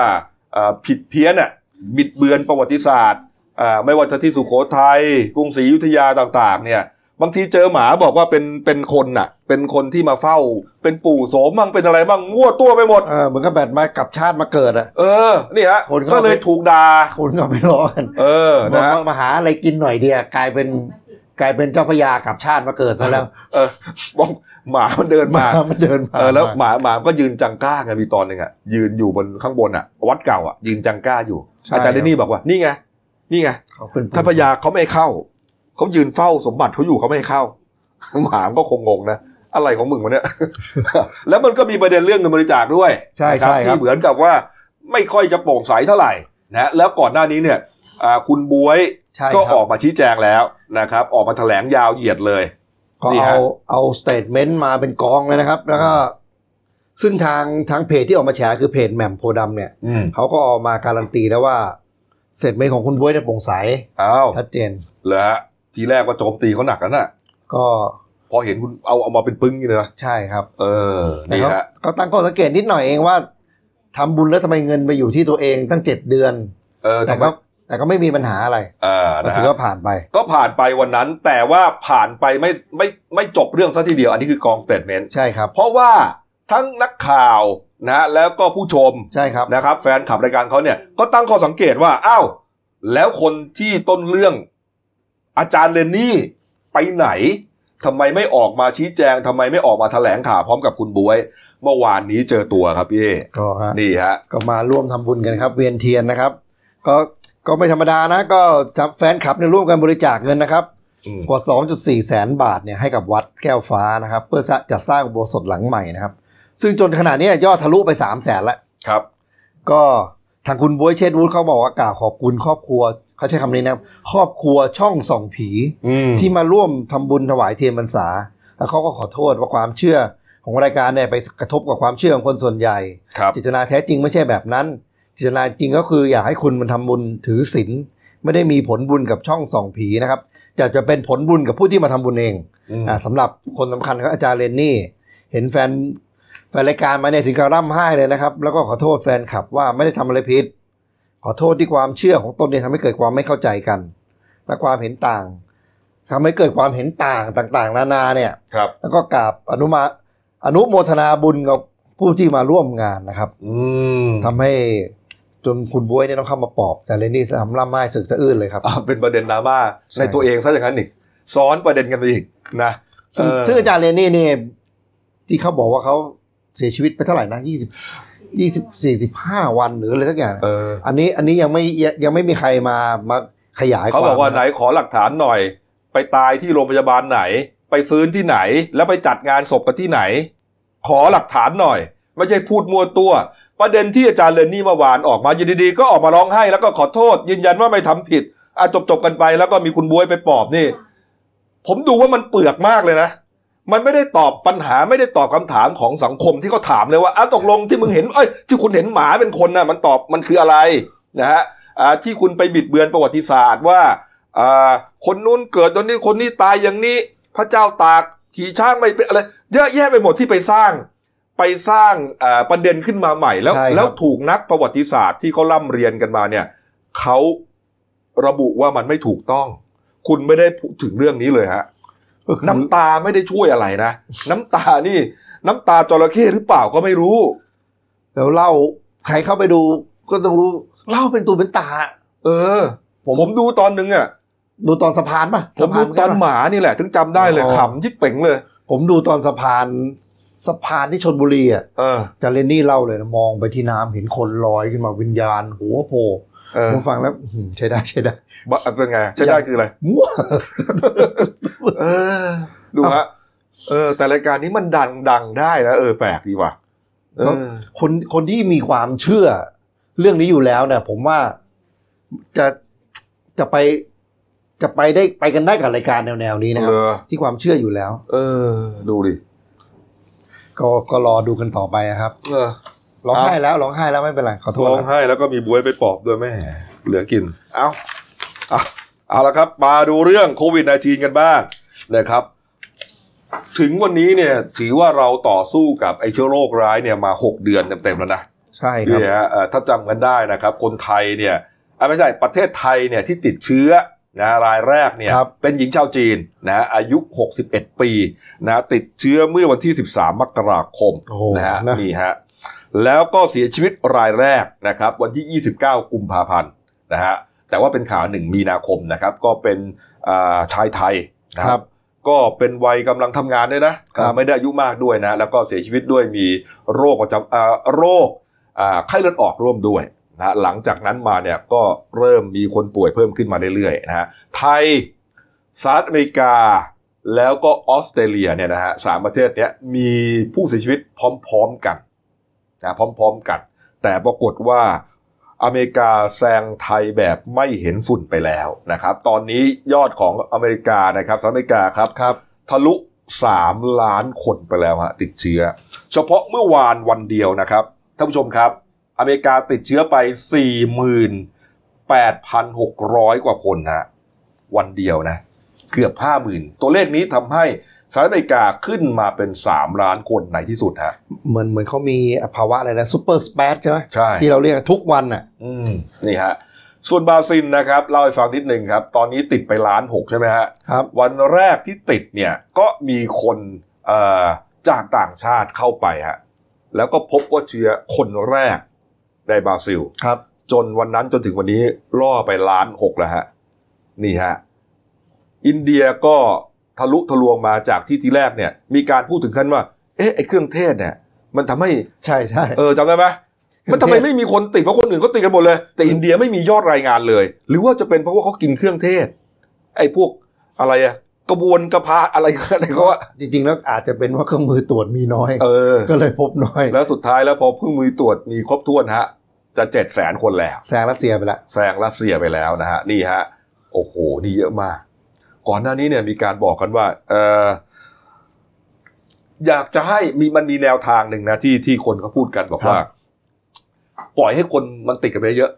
Speaker 1: เอ่อผิดเพี้ยนอ่ะบิดเบือนประวัติศาสตร์อ่าไม่ว่าจะที่สุโขทัยกรุงศรีอยุธยาต่างๆ เนี่ย บางทีเจอหมาบอกว่าเป็นเป็นคนน่ะ เป็นคนที่มาเฝ้า เป็นปู่โสมบ้างเป็นอะไรบ้างมั่วตัวไปหมด
Speaker 2: เออเหมือนกับแบบมากลับชาติมาเกิดอะ
Speaker 1: เออ นี่ฮะ
Speaker 2: คนก็
Speaker 1: ก็เลยถูกด่า
Speaker 2: คนก็ไม่ร้อกัน
Speaker 1: เออนะฮะ
Speaker 2: มามาหาอะไรกินหน่อยเดียวกลายเป็นกลายเป็นเจ้าพระยากลับชาติมาเกิดซะแล้ว
Speaker 1: เออบอกหมามันเดินมา
Speaker 2: มันเดินผ่าน
Speaker 1: เออแล้ว
Speaker 2: มา
Speaker 1: หมาหมาก็ยืนจังก้าไงมีตอนหนึ่งอ่ะยืนอยู่บนข้างบนอ่ะ วัดเก่าอ่ะยืนจังก้าอยู่
Speaker 2: ใช่
Speaker 1: อาจารย์เดนนี่บอกว่านี่ไงนี่ไง
Speaker 2: เขาเป็น
Speaker 1: ท่านพญาเขาไม่ให้เข้าเขายืนเฝ้าสมบัติเขาอยู่เขาไม่ให้เข้า หมามันก็คงงงนะอะไรของมึงวะเนี่ย แล้วมันก็มีประเด็นเรื่องเงินบริจาคด้วย
Speaker 2: ใช่
Speaker 1: นะ
Speaker 2: ใช่ค
Speaker 1: ที่
Speaker 2: รับ
Speaker 1: เหมือนกับว่าไม่ค่อยจะโปร่งใสเท่าไหร่นะแล้วก่อนหน้านี้เนี่ยอ่าคุณบวย
Speaker 2: ใช่
Speaker 1: ก็
Speaker 2: ค
Speaker 1: อ
Speaker 2: รั
Speaker 1: อบ กมาชี้แจงแล้วนะครับ ออกมาแถลงยาวเหยียดเลย
Speaker 2: ก็
Speaker 1: นี่ฮะ
Speaker 2: เอาเอาสเตทเมนต์มาเป็นกองเลยนะครับ แล้วก็ ซึ่งทางทางเพจที่ออกมาแฉคือเพจแหม่มโพธิ์ดำเนี่ย
Speaker 1: อืม
Speaker 2: เขาก็ออกมาการันตีแล้วว่าเสร็จเมนของคุณบ๊วยเนี่ยโปร่งใส
Speaker 1: อ้าว
Speaker 2: ชัดเจน
Speaker 1: เหรอฮะทีแรกก็โจมตีเขาหนักแล้วน่ะ
Speaker 2: ก็
Speaker 1: พอเห็นคุณเอาเอามาเป็นปึ้งนี่เลยนะ
Speaker 2: ใช่ครับ
Speaker 1: เออ
Speaker 2: แต่
Speaker 1: นี่
Speaker 2: เขา
Speaker 1: ฮะ
Speaker 2: ก็ตั้งข้อสังเกตนิดหน่อยเองว่าทำบุญแล้วทำไมเงินไปอยู่ที่ตัวเองตั้งเจ็ดเดือน
Speaker 1: เออ
Speaker 2: แต่
Speaker 1: ทำไม
Speaker 2: ก็แต่ก็ไม่มีปัญหาอะไร
Speaker 1: เออ
Speaker 2: ก็
Speaker 1: นะ
Speaker 2: ถือ
Speaker 1: ฮะ
Speaker 2: ว่าผ่านไป
Speaker 1: ก็ผ่านไปวันนั้น แต่ว่าผ่านไปไม่ไม่ไม่จบเรื่องซะทีเดียว อันนี้คือกองสเตทเมนต์
Speaker 2: ใช่ครับ
Speaker 1: เพราะว่าทั้งนักข่าวนะฮะแล้วก็ผู้ชม
Speaker 2: ใช่ครับ
Speaker 1: นะครับ แฟนขับรายการเขาเนี่ย ก็ตั้งข้อสังเกตว่า อ้าว แล้วคนที่ต้นเรื่องอาจารย์เลนนี่ไปไหน ทำไมไม่ออกมาชี้แจงทำไมไม่ออกมาแถลงข่าวพร้อมกับคุณบวย เมื่อวานนี้เจอตัวครับพี่เอ๊
Speaker 2: ก็ฮะ
Speaker 1: นี่ฮะ
Speaker 2: ก็มาร่วมทำบุญกันครับ เวียนเทียนนะครับ ก็ก็ไม่ธรรมดานะ ก็จับแฟนคลับในยร่วมกันบริจาคเงินนะครับ
Speaker 1: อืม
Speaker 2: กว่า 2.4 แสนบาทเนี่ยให้กับวัดแก้วฟ้านะครับ เพื่อจะจัดสร้างอุโบสถหลังใหม่นะครับ ซึ่งจนขณะเนี้ยยอดทะลุไป 3 แสนแล้ว
Speaker 1: ครับ
Speaker 2: ก็ทางคุณบวยเชษฐวุฒิเขาบอกว่ากล่าวขอบคุณครอบครัวเขาใช้คำนี้นะครับครอบครัวช่องส่องผี
Speaker 1: อืม
Speaker 2: ที่มาร่วมทำบุญถวายเทียนพรรษา แล้วเขาก็ขอโทษว่าความเชื่อของรายการเนี่ยไปกระทบกับความเชื่อของคนส่วนใหญ่
Speaker 1: ครับ
Speaker 2: เจิตนาแท้จริงไม่ใช่แบบนั้นเจิตนาจริงก็คืออยากให้คุณมันทำบุญถือศีลไม่ได้มีผลบุญกับช่องส่องผีนะครับจะจะเป็นผลบุญกับผู้ที่มาทำบุญเอง
Speaker 1: อืม
Speaker 2: อ่าสำหรับคนสำคัญครับอาจารย์เรนนี่ เห็นแฟนแฟนรายการมาเนี่ยถึงกับร่ำไห้เลยนะครับ แล้วก็ขอโทษแฟนคลับว่าไม่ได้ทำอะไรผิด ขอโทษที่ความเชื่อของตนเนี่ยทำให้เกิดความไม่เข้าใจกัน และความเห็นต่างทำให้เกิดความเห็นต่างต่างๆ นานาเนี่ย
Speaker 1: ครับ
Speaker 2: แล้วก็กราบอนุมาอนุโมทนาบุญกับผู้ที่มาร่วมงานนะครับ
Speaker 1: อืม
Speaker 2: ทำให้จนคุณบ้วยเนี่ยต้องเข้ามาปลอบแต่เรนนี่ทำร่ำไห้สึกสะอื้นเลยครับ
Speaker 1: อ่าเป็นประเด็นดราม่า
Speaker 2: ใช่
Speaker 1: ในตัวเองซะอย่างนั้นอีกซ้อนประเด็นกันไปอีกนะ
Speaker 2: ซึ่ง
Speaker 1: เออ
Speaker 2: ซึ่งอาจารย์เรนนี่เนี่ยที่เขาบอกว่าเขาเสียชีวิตไปเท่าไหร่นะยี่สิบยี่สิบสี่สิบห้าวันหรืออะไรสักอย่าง
Speaker 1: เออ
Speaker 2: อันนี้อันนี้ยังไม่ยังยังไม่มีใครมามาขยาย
Speaker 1: เขาบอกว่า
Speaker 2: คม
Speaker 1: ไหนขอหลักฐานหน่อย ไปตายที่โรงพยาบาลไหน ไปฟื้นที่ไหน แล้วไปจัดงานศพกันที่ไหน ขอหลักฐานหน่อย ไม่ใช่พูดมั่วตัว ประเด็นที่อาจารย์เลนนี่เมื่อวานออกมาอยู่ดีๆก็ออกมาร้องไห้แล้วก็ขอโทษ ยืนยันว่าไม่ทำผิดอ่ะจบๆกันไปแล้วก็มีคุณบวยไปปลอบนี่ ผมดูว่ามันเปลือกมากเลยนะ มันไม่ได้ตอบปัญหาไม่ได้ตอบคำถามของสังคมที่เขาถามเลยว่าอ่ะตกลงที่มึงเห็นเอ้ยที่คุณเห็นหมาเป็นคนน่ะมันตอบมันคืออะไรนะฮะอ่าที่คุณไปบิดเบือนประวัติศาสตร์ว่าอ่าคนนู้นเกิดตอนนี้คนนี้ตายอย่างนี้ พระเจ้าตากขี่ช้างไม่เป็นอะไรเยอะแยะไปหมดที่ไปสร้าง ไปสร้างอ่าประเด็นขึ้นมาใหม่แล้ว
Speaker 2: ใช่ครับ
Speaker 1: แล้วถูกนักประวัติศาสตร์ที่เขาล่ำเรียนกันมาเนี่ยเขาระบุว่ามันไม่ถูกต้อง คุณไม่ได้พูดถึงเรื่องนี้เลยฮะ
Speaker 2: ก็คือ
Speaker 1: น้ำตาไม่ได้ช่วยอะไรนะ น้ำตานี่ น้ำตาจระเข้หรือเปล่าก็ไม่รู้
Speaker 2: แล้วเล่าใครเข้าไปดูก็ต้องรู้เล่าเป็นตัวเป็นตา
Speaker 1: เออ ผมผมดูตอนหนึงอ่ะ
Speaker 2: ดูตอนสะพานปะ
Speaker 1: ผมดู
Speaker 2: สะพา
Speaker 1: ตอน
Speaker 2: ปะ
Speaker 1: หมานี่แหละ ถึงจำได้เลย
Speaker 2: อ๋อ
Speaker 1: ขำที่เป่งเลย
Speaker 2: ผมดูตอนสะพานสะพานที่ชนบุรีอ่ะ
Speaker 1: เออ
Speaker 2: จาเรนนี่เล่าเลยนะมองไปที่น้ำเห็นคนลอยขึ้นมาวิญญาณ หัวโผล่
Speaker 1: เออ
Speaker 2: ผมฟังแล้วอื้อหือใช้ได้ใช้ได้
Speaker 1: บะเป็นไงใช่ได้คืออะไร
Speaker 2: มั่ว
Speaker 1: เออ ดูฮะ เออ แต่รายการนี้มันดังดังได้นะเออแปลกดีว่ะเอ
Speaker 2: ครับ
Speaker 1: อ
Speaker 2: คนคนที่มีความเชื่อ เรื่องนี้อยู่แล้วเนี่ย ผมว่าจะจะไปจะไปได้ไปกันได้กับรายการแนวๆนี้นะค
Speaker 1: เอ
Speaker 2: รับ
Speaker 1: อ
Speaker 2: ที่ความเชื่ออยู่แล้ว
Speaker 1: เออ ดูดิ
Speaker 2: ก็ก็รอดูกันต่อไปครับ
Speaker 1: เออ
Speaker 2: ร้อง
Speaker 1: ครับ
Speaker 2: ไห้แล้วร้องไห้แล้วไม่เป็นไรขอโทษ
Speaker 1: ร้อง
Speaker 2: นะ
Speaker 1: ไห้แล้วก็มีบวยไปปอบด้วยแม่เหลือกิน เอาเอาเอาละครับ มาดูเรื่องโควิด -19 กันบ้างนะครับ ถึงวันนี้เนี่ย ถือว่าเราต่อสู้กับไอเชื้อโรคร้ายเนี่ยมา 6 เดือนเต็มๆแล้วนะ
Speaker 2: ใช่ครับ
Speaker 1: เนี่ยฮะเอ่อถ้าจำกันได้นะครับ คนไทยเนี่ยอ่ะไม่ใช่ประเทศไทยเนี่ยที่ติดเชื้อนะรายแรกเนี่ย
Speaker 2: ครับ
Speaker 1: เป็นหญิงชาวจีนนะอายุ 61 ปีนะติดเชื้อเมื่อวันที่ 13 มกราคม
Speaker 2: โอ้โห
Speaker 1: นะฮะ
Speaker 2: นะ
Speaker 1: นี่ฮะแล้วก็เสียชีวิตรายแรกนะครับ วันที่ 29 กุมภาพันธ์นะฮะแต่ว่าเป็นข่าว 1 มีนาคมนะครับ ก็เป็นอ่าชายไทยนะ
Speaker 2: ครับ
Speaker 1: ก็เป็นวัยกำลังทำงานด้วยนะครับ ไม่ได้อายุมากด้วยนะ แล้วก็เสียชีวิตด้วยมีโรคประจำอ่าโรคอ่าไข้เลือดออกร่วมด้วยนะหลังจากนั้นมาเนี่ยก็เริ่มมีคนป่วยเพิ่มขึ้นมาเรื่อยๆนะฮะไทยสหรัฐอเมริกาแล้วก็ออสเตรเลียเนี่ยนะฮะสามประเทศเนี้ยมีผู้เสียชีวิตพร้อมๆกันนะพร้อมๆกัน แต่ปรากฏว่าอเมริกาแซงไทยแบบไม่เห็นฝุ่นไปแล้วนะครับ ตอนนี้ยอดของอเมริกานะครับสหรัฐอเมริกาครับ
Speaker 2: ครับ
Speaker 1: ทะลุ 3 ล้านคนไปแล้วฮะติดเชื้อ เฉพาะเมื่อวานวันเดียวนะครับท่านผู้ชมครับ อเมริกาติดเชื้อไป 48,600 กว่าคนฮะวันเดียวนะเกือบ 50,000 ตัวเลขนี้ทำให้สหรัฐอเมริกาขึ้นมาเป็น 3 ล้านคนในที่สุดฮะ
Speaker 2: เหมือนเหมือนเขามีภาวะอะไรนะซูเปอร์สเปซใช่ไหม
Speaker 1: ใช่
Speaker 2: ที่เราเรียกทุกวันอ่ะ
Speaker 1: อืมนี่ฮะ ส่วนบราซิลนะครับเล่าให้ฟังนิดหนึ่งครับ ตอนนี้ติดไปล้านหกใช่ไหมฮะ
Speaker 2: ครับ
Speaker 1: วันแรกที่ติดเนี่ยก็มีคนเอ่อจากต่างชาติเข้าไปฮะแล้วก็พบว่าเชื้อคนแรกในบราซิล
Speaker 2: ครับ
Speaker 1: จนวันนั้นจนถึงวันนี้ล่อไปล้านหกแล้วฮะนี่ฮะอินเดียก็ ทะลุทะลวงมาจากที่ทีแรกเนี่ย มีการพูดถึงขั้นว่า เอ๊ะไอ้เครื่องเทศเนี่ย มันทำให้
Speaker 2: ใช่ใช่
Speaker 1: เออจำได้ไหม
Speaker 2: เครื่องเทศ
Speaker 1: มันทำไมไม่มีคนติดเพราะคนอื่นก็ติดกันหมดเลย แต่อินเดียไม่มียอดรายงานเลย หรือว่าจะเป็นเพราะว่าเขากินเครื่องเทศ ไอ้พวกอะไรอะกระบวนกระพาอะไรอะไรเขาอะ
Speaker 2: จริงๆ แล้วอาจจะเป็นว่าเครื่องมือตรวจมีน้อย
Speaker 1: เออ
Speaker 2: ก็เลยพบน้อย
Speaker 1: แล้วสุดท้ายแล้วพอเพิ่งมือตรวจมีครบถ้วนฮะ จะเจ็ดแสนคนแล้ว
Speaker 2: แซงรัสเซียไปละ
Speaker 1: แซงรัสเซียไปแล้วนะฮะนี่ฮะโอ้โหนี่เยอะมาก ก่อนหน้านี้เนี่ยมีการบอกกันว่าเอออยากจะให้มีมันมีแนวทางหนึ่งนะที่ที่คนเขาพูดกันบอกว่า ปล่อยให้คนมันติดกันไปเยอะ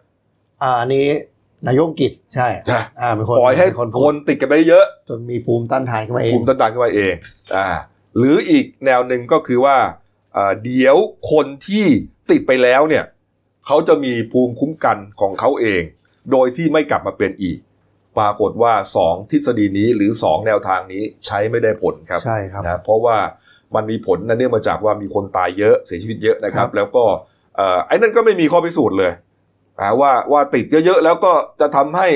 Speaker 2: อ่าอันนี้นายกอังกิจใช่
Speaker 1: ใช่
Speaker 2: อ่าเป็นคน
Speaker 1: ปล่อยให้
Speaker 2: เป็น
Speaker 1: คน
Speaker 2: พูด
Speaker 1: ติดกันไปเยอะ
Speaker 2: จนมีภูมิต้านทานขึ้นมาเอง
Speaker 1: ภูมิต้านทานขึ้นมาเอง อ่า หรืออีกแนวหนึ่งก็คือว่าเอ่อเดี๋ยวคนที่ติดไปแล้วเนี่ยเขาจะมีภูมิคุ้มกันของเขาเอง โดยที่ไม่กลับมาเป็นอีก ปรากฏว่า 2 ทฤษฎีนี้หรือ 2 แนวทางนี้ใช้ไม่ได้ผลครับ
Speaker 2: ใช่ครับ
Speaker 1: นะเพราะว่ามันมีผลนะเนื่องมาจากว่ามีคนตายเยอะเสียชีวิตเยอะนะครับ
Speaker 2: ครับ
Speaker 1: แล้วก็เอ่อไอ้นั่นก็ไม่มีข้อพิสูจน์เลยนะว่าว่าติดเยอะๆแล้วก็จะทำให้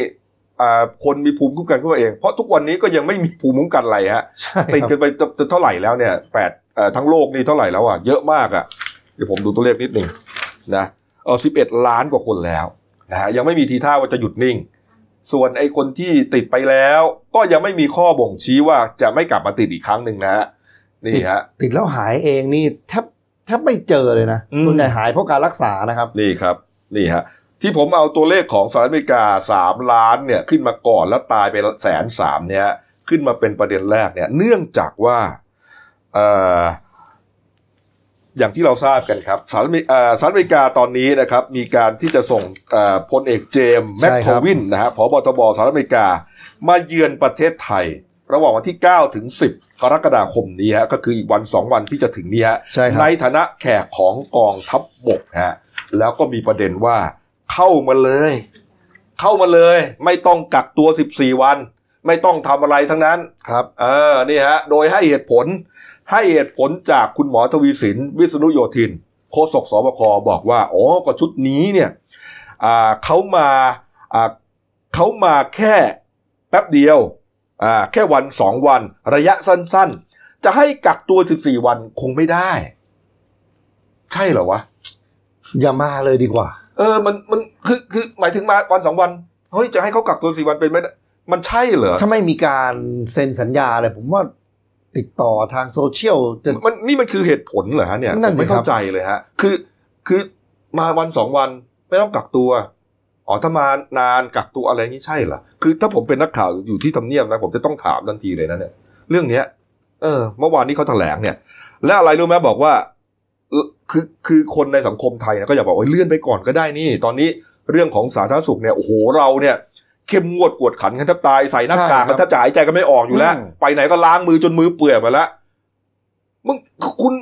Speaker 1: อ่าคนมีภูมิคุ้มกันขึ้นมาเอง เพราะทุกวันนี้ก็ยังไม่มีภูมิคุ้มกันอะไรฮะ
Speaker 2: ใช่ครับ
Speaker 1: ติดกัน ไปจะจะเท่าไหร่แล้วเนี่ยแปดเอ่อทั้งโลกนี่เท่าไหร่แล้วอ่ะเยอะมากอ่ะเดี๋ยวผมดูตัวเลขนิดหนึ่งนะเออสิบเอ็ดล้านกว่าคนแล้วนะฮะยังไม่มีทีท่าว่าจะหยุดนิ่ง ส่วนไอ้คนที่ติดไปแล้ว ก็ยังไม่มีข้อบ่งชี้ว่าจะไม่กลับมาติดอีกครั้งหนึ่งนะฮะนี่ฮะ
Speaker 2: ติดแล้วหายเองนี่แทบแทบไม่เจอเลยนะ
Speaker 1: อืม
Speaker 2: ส่วนใหญ่หายเพราะการรักษานะครับ
Speaker 1: นี่ครับนี่ฮะที่ผมเอาตัวเลขของสหรัฐอเมริกาสามล้านเนี่ยขึ้นมาก่อนแล้วตายไปแสนสามเนี่ยขึ้นมาเป็นประเด็นแรกเนี่ยเนื่องจากว่าเอ่ออย่างที่เราทราบกันครับสหรัฐอเมริเอ่อสหรัฐอเมริกาตอนนี้นะครับมีการที่จะส่งเอ่อพลเอกเจมส์
Speaker 2: ใช่
Speaker 1: แม็ก
Speaker 2: ครับ
Speaker 1: โควินนะฮะผบตบสหรัฐอเมริกา มาเยือนประเทศไทย ระหว่างวันที่ 9 ถึง 10 กรกฎาคมนี้ฮะก็คืออีกวัน 2 วันที่จะถึงนี้ฮะ
Speaker 2: ใช่ครับ
Speaker 1: ในฐานะแขกของกองทัพบบกฮะแล้วก็มีประเด็นว่าเข้ามาเลย เข้ามาเลย ไม่ต้องกักตัว 14 วัน ไม่ต้องทำอะไรทั้งนั้น
Speaker 2: ครับ
Speaker 1: เออนี่ฮะ โดยให้เหตุผล ให้เหตุผลจากคุณหมอทวีสิน วิษณุโยธิน โฆษกสบคบอกว่าอ๋อก็ชุดนี้เนี่ยอ่าเขามาอ่าเขามาแค่แป๊บเดียวอ่าแค่วันสองวัน ระยะสั้นๆ จะให้กักตัว 14 วันคงไม่ได้ ใช่เหรอวะ
Speaker 2: อย่ามาเลยดีกว่า
Speaker 1: เออมันมันคือคือหมายถึงมาวันสองวันเฮ้ยจะให้เขากักตัวสี่วันเป็นไม่ได้มันใช่เหรอ
Speaker 2: ถ้าไม่มีการเซ็นสัญญาอะไรผมว่าติดต่อทางโซเชียลจะ
Speaker 1: มันนี่มันคือเหตุผลเหรอฮะเนี่ย
Speaker 2: นั่น
Speaker 1: ผม
Speaker 2: สิ
Speaker 1: ไม่
Speaker 2: ครับ
Speaker 1: เข้าใจเลยฮะ คือคือมาวันสองวันไม่ต้องกักตัวอ๋อถ้ามานานกักตัวอะไรอย่างนี้ใช่เหรอคือถ้าผมเป็นนักข่าวอยู่ที่ทำเนียบนะผมจะต้องถามทันทีเลยนะเนี่ยเรื่องเนี้ย เออ เมื่อวานนี้เขาแถลงเนี่ย และอะไรรู้ไหมบอกว่าเอ่อคือคือคนในสังคมไทยนะก็อย่าบอกว่าเลื่อนไปก่อนก็ได้นี่ ตอนนี้เรื่องของสาธารณสุขเนี่ยโอ้โหเราเนี่ย เข้มงวดกวดขันกันแทบตายใส่หน้า
Speaker 2: ใช่
Speaker 1: กากกัน
Speaker 2: ค
Speaker 1: แท
Speaker 2: รับบ
Speaker 1: จะหายใจกันไม่ออกอยู่แล้ว
Speaker 2: อืม
Speaker 1: ไปไหนก็ล้างมือจนมือเปื่อยหมาแล้ว มึงคุณ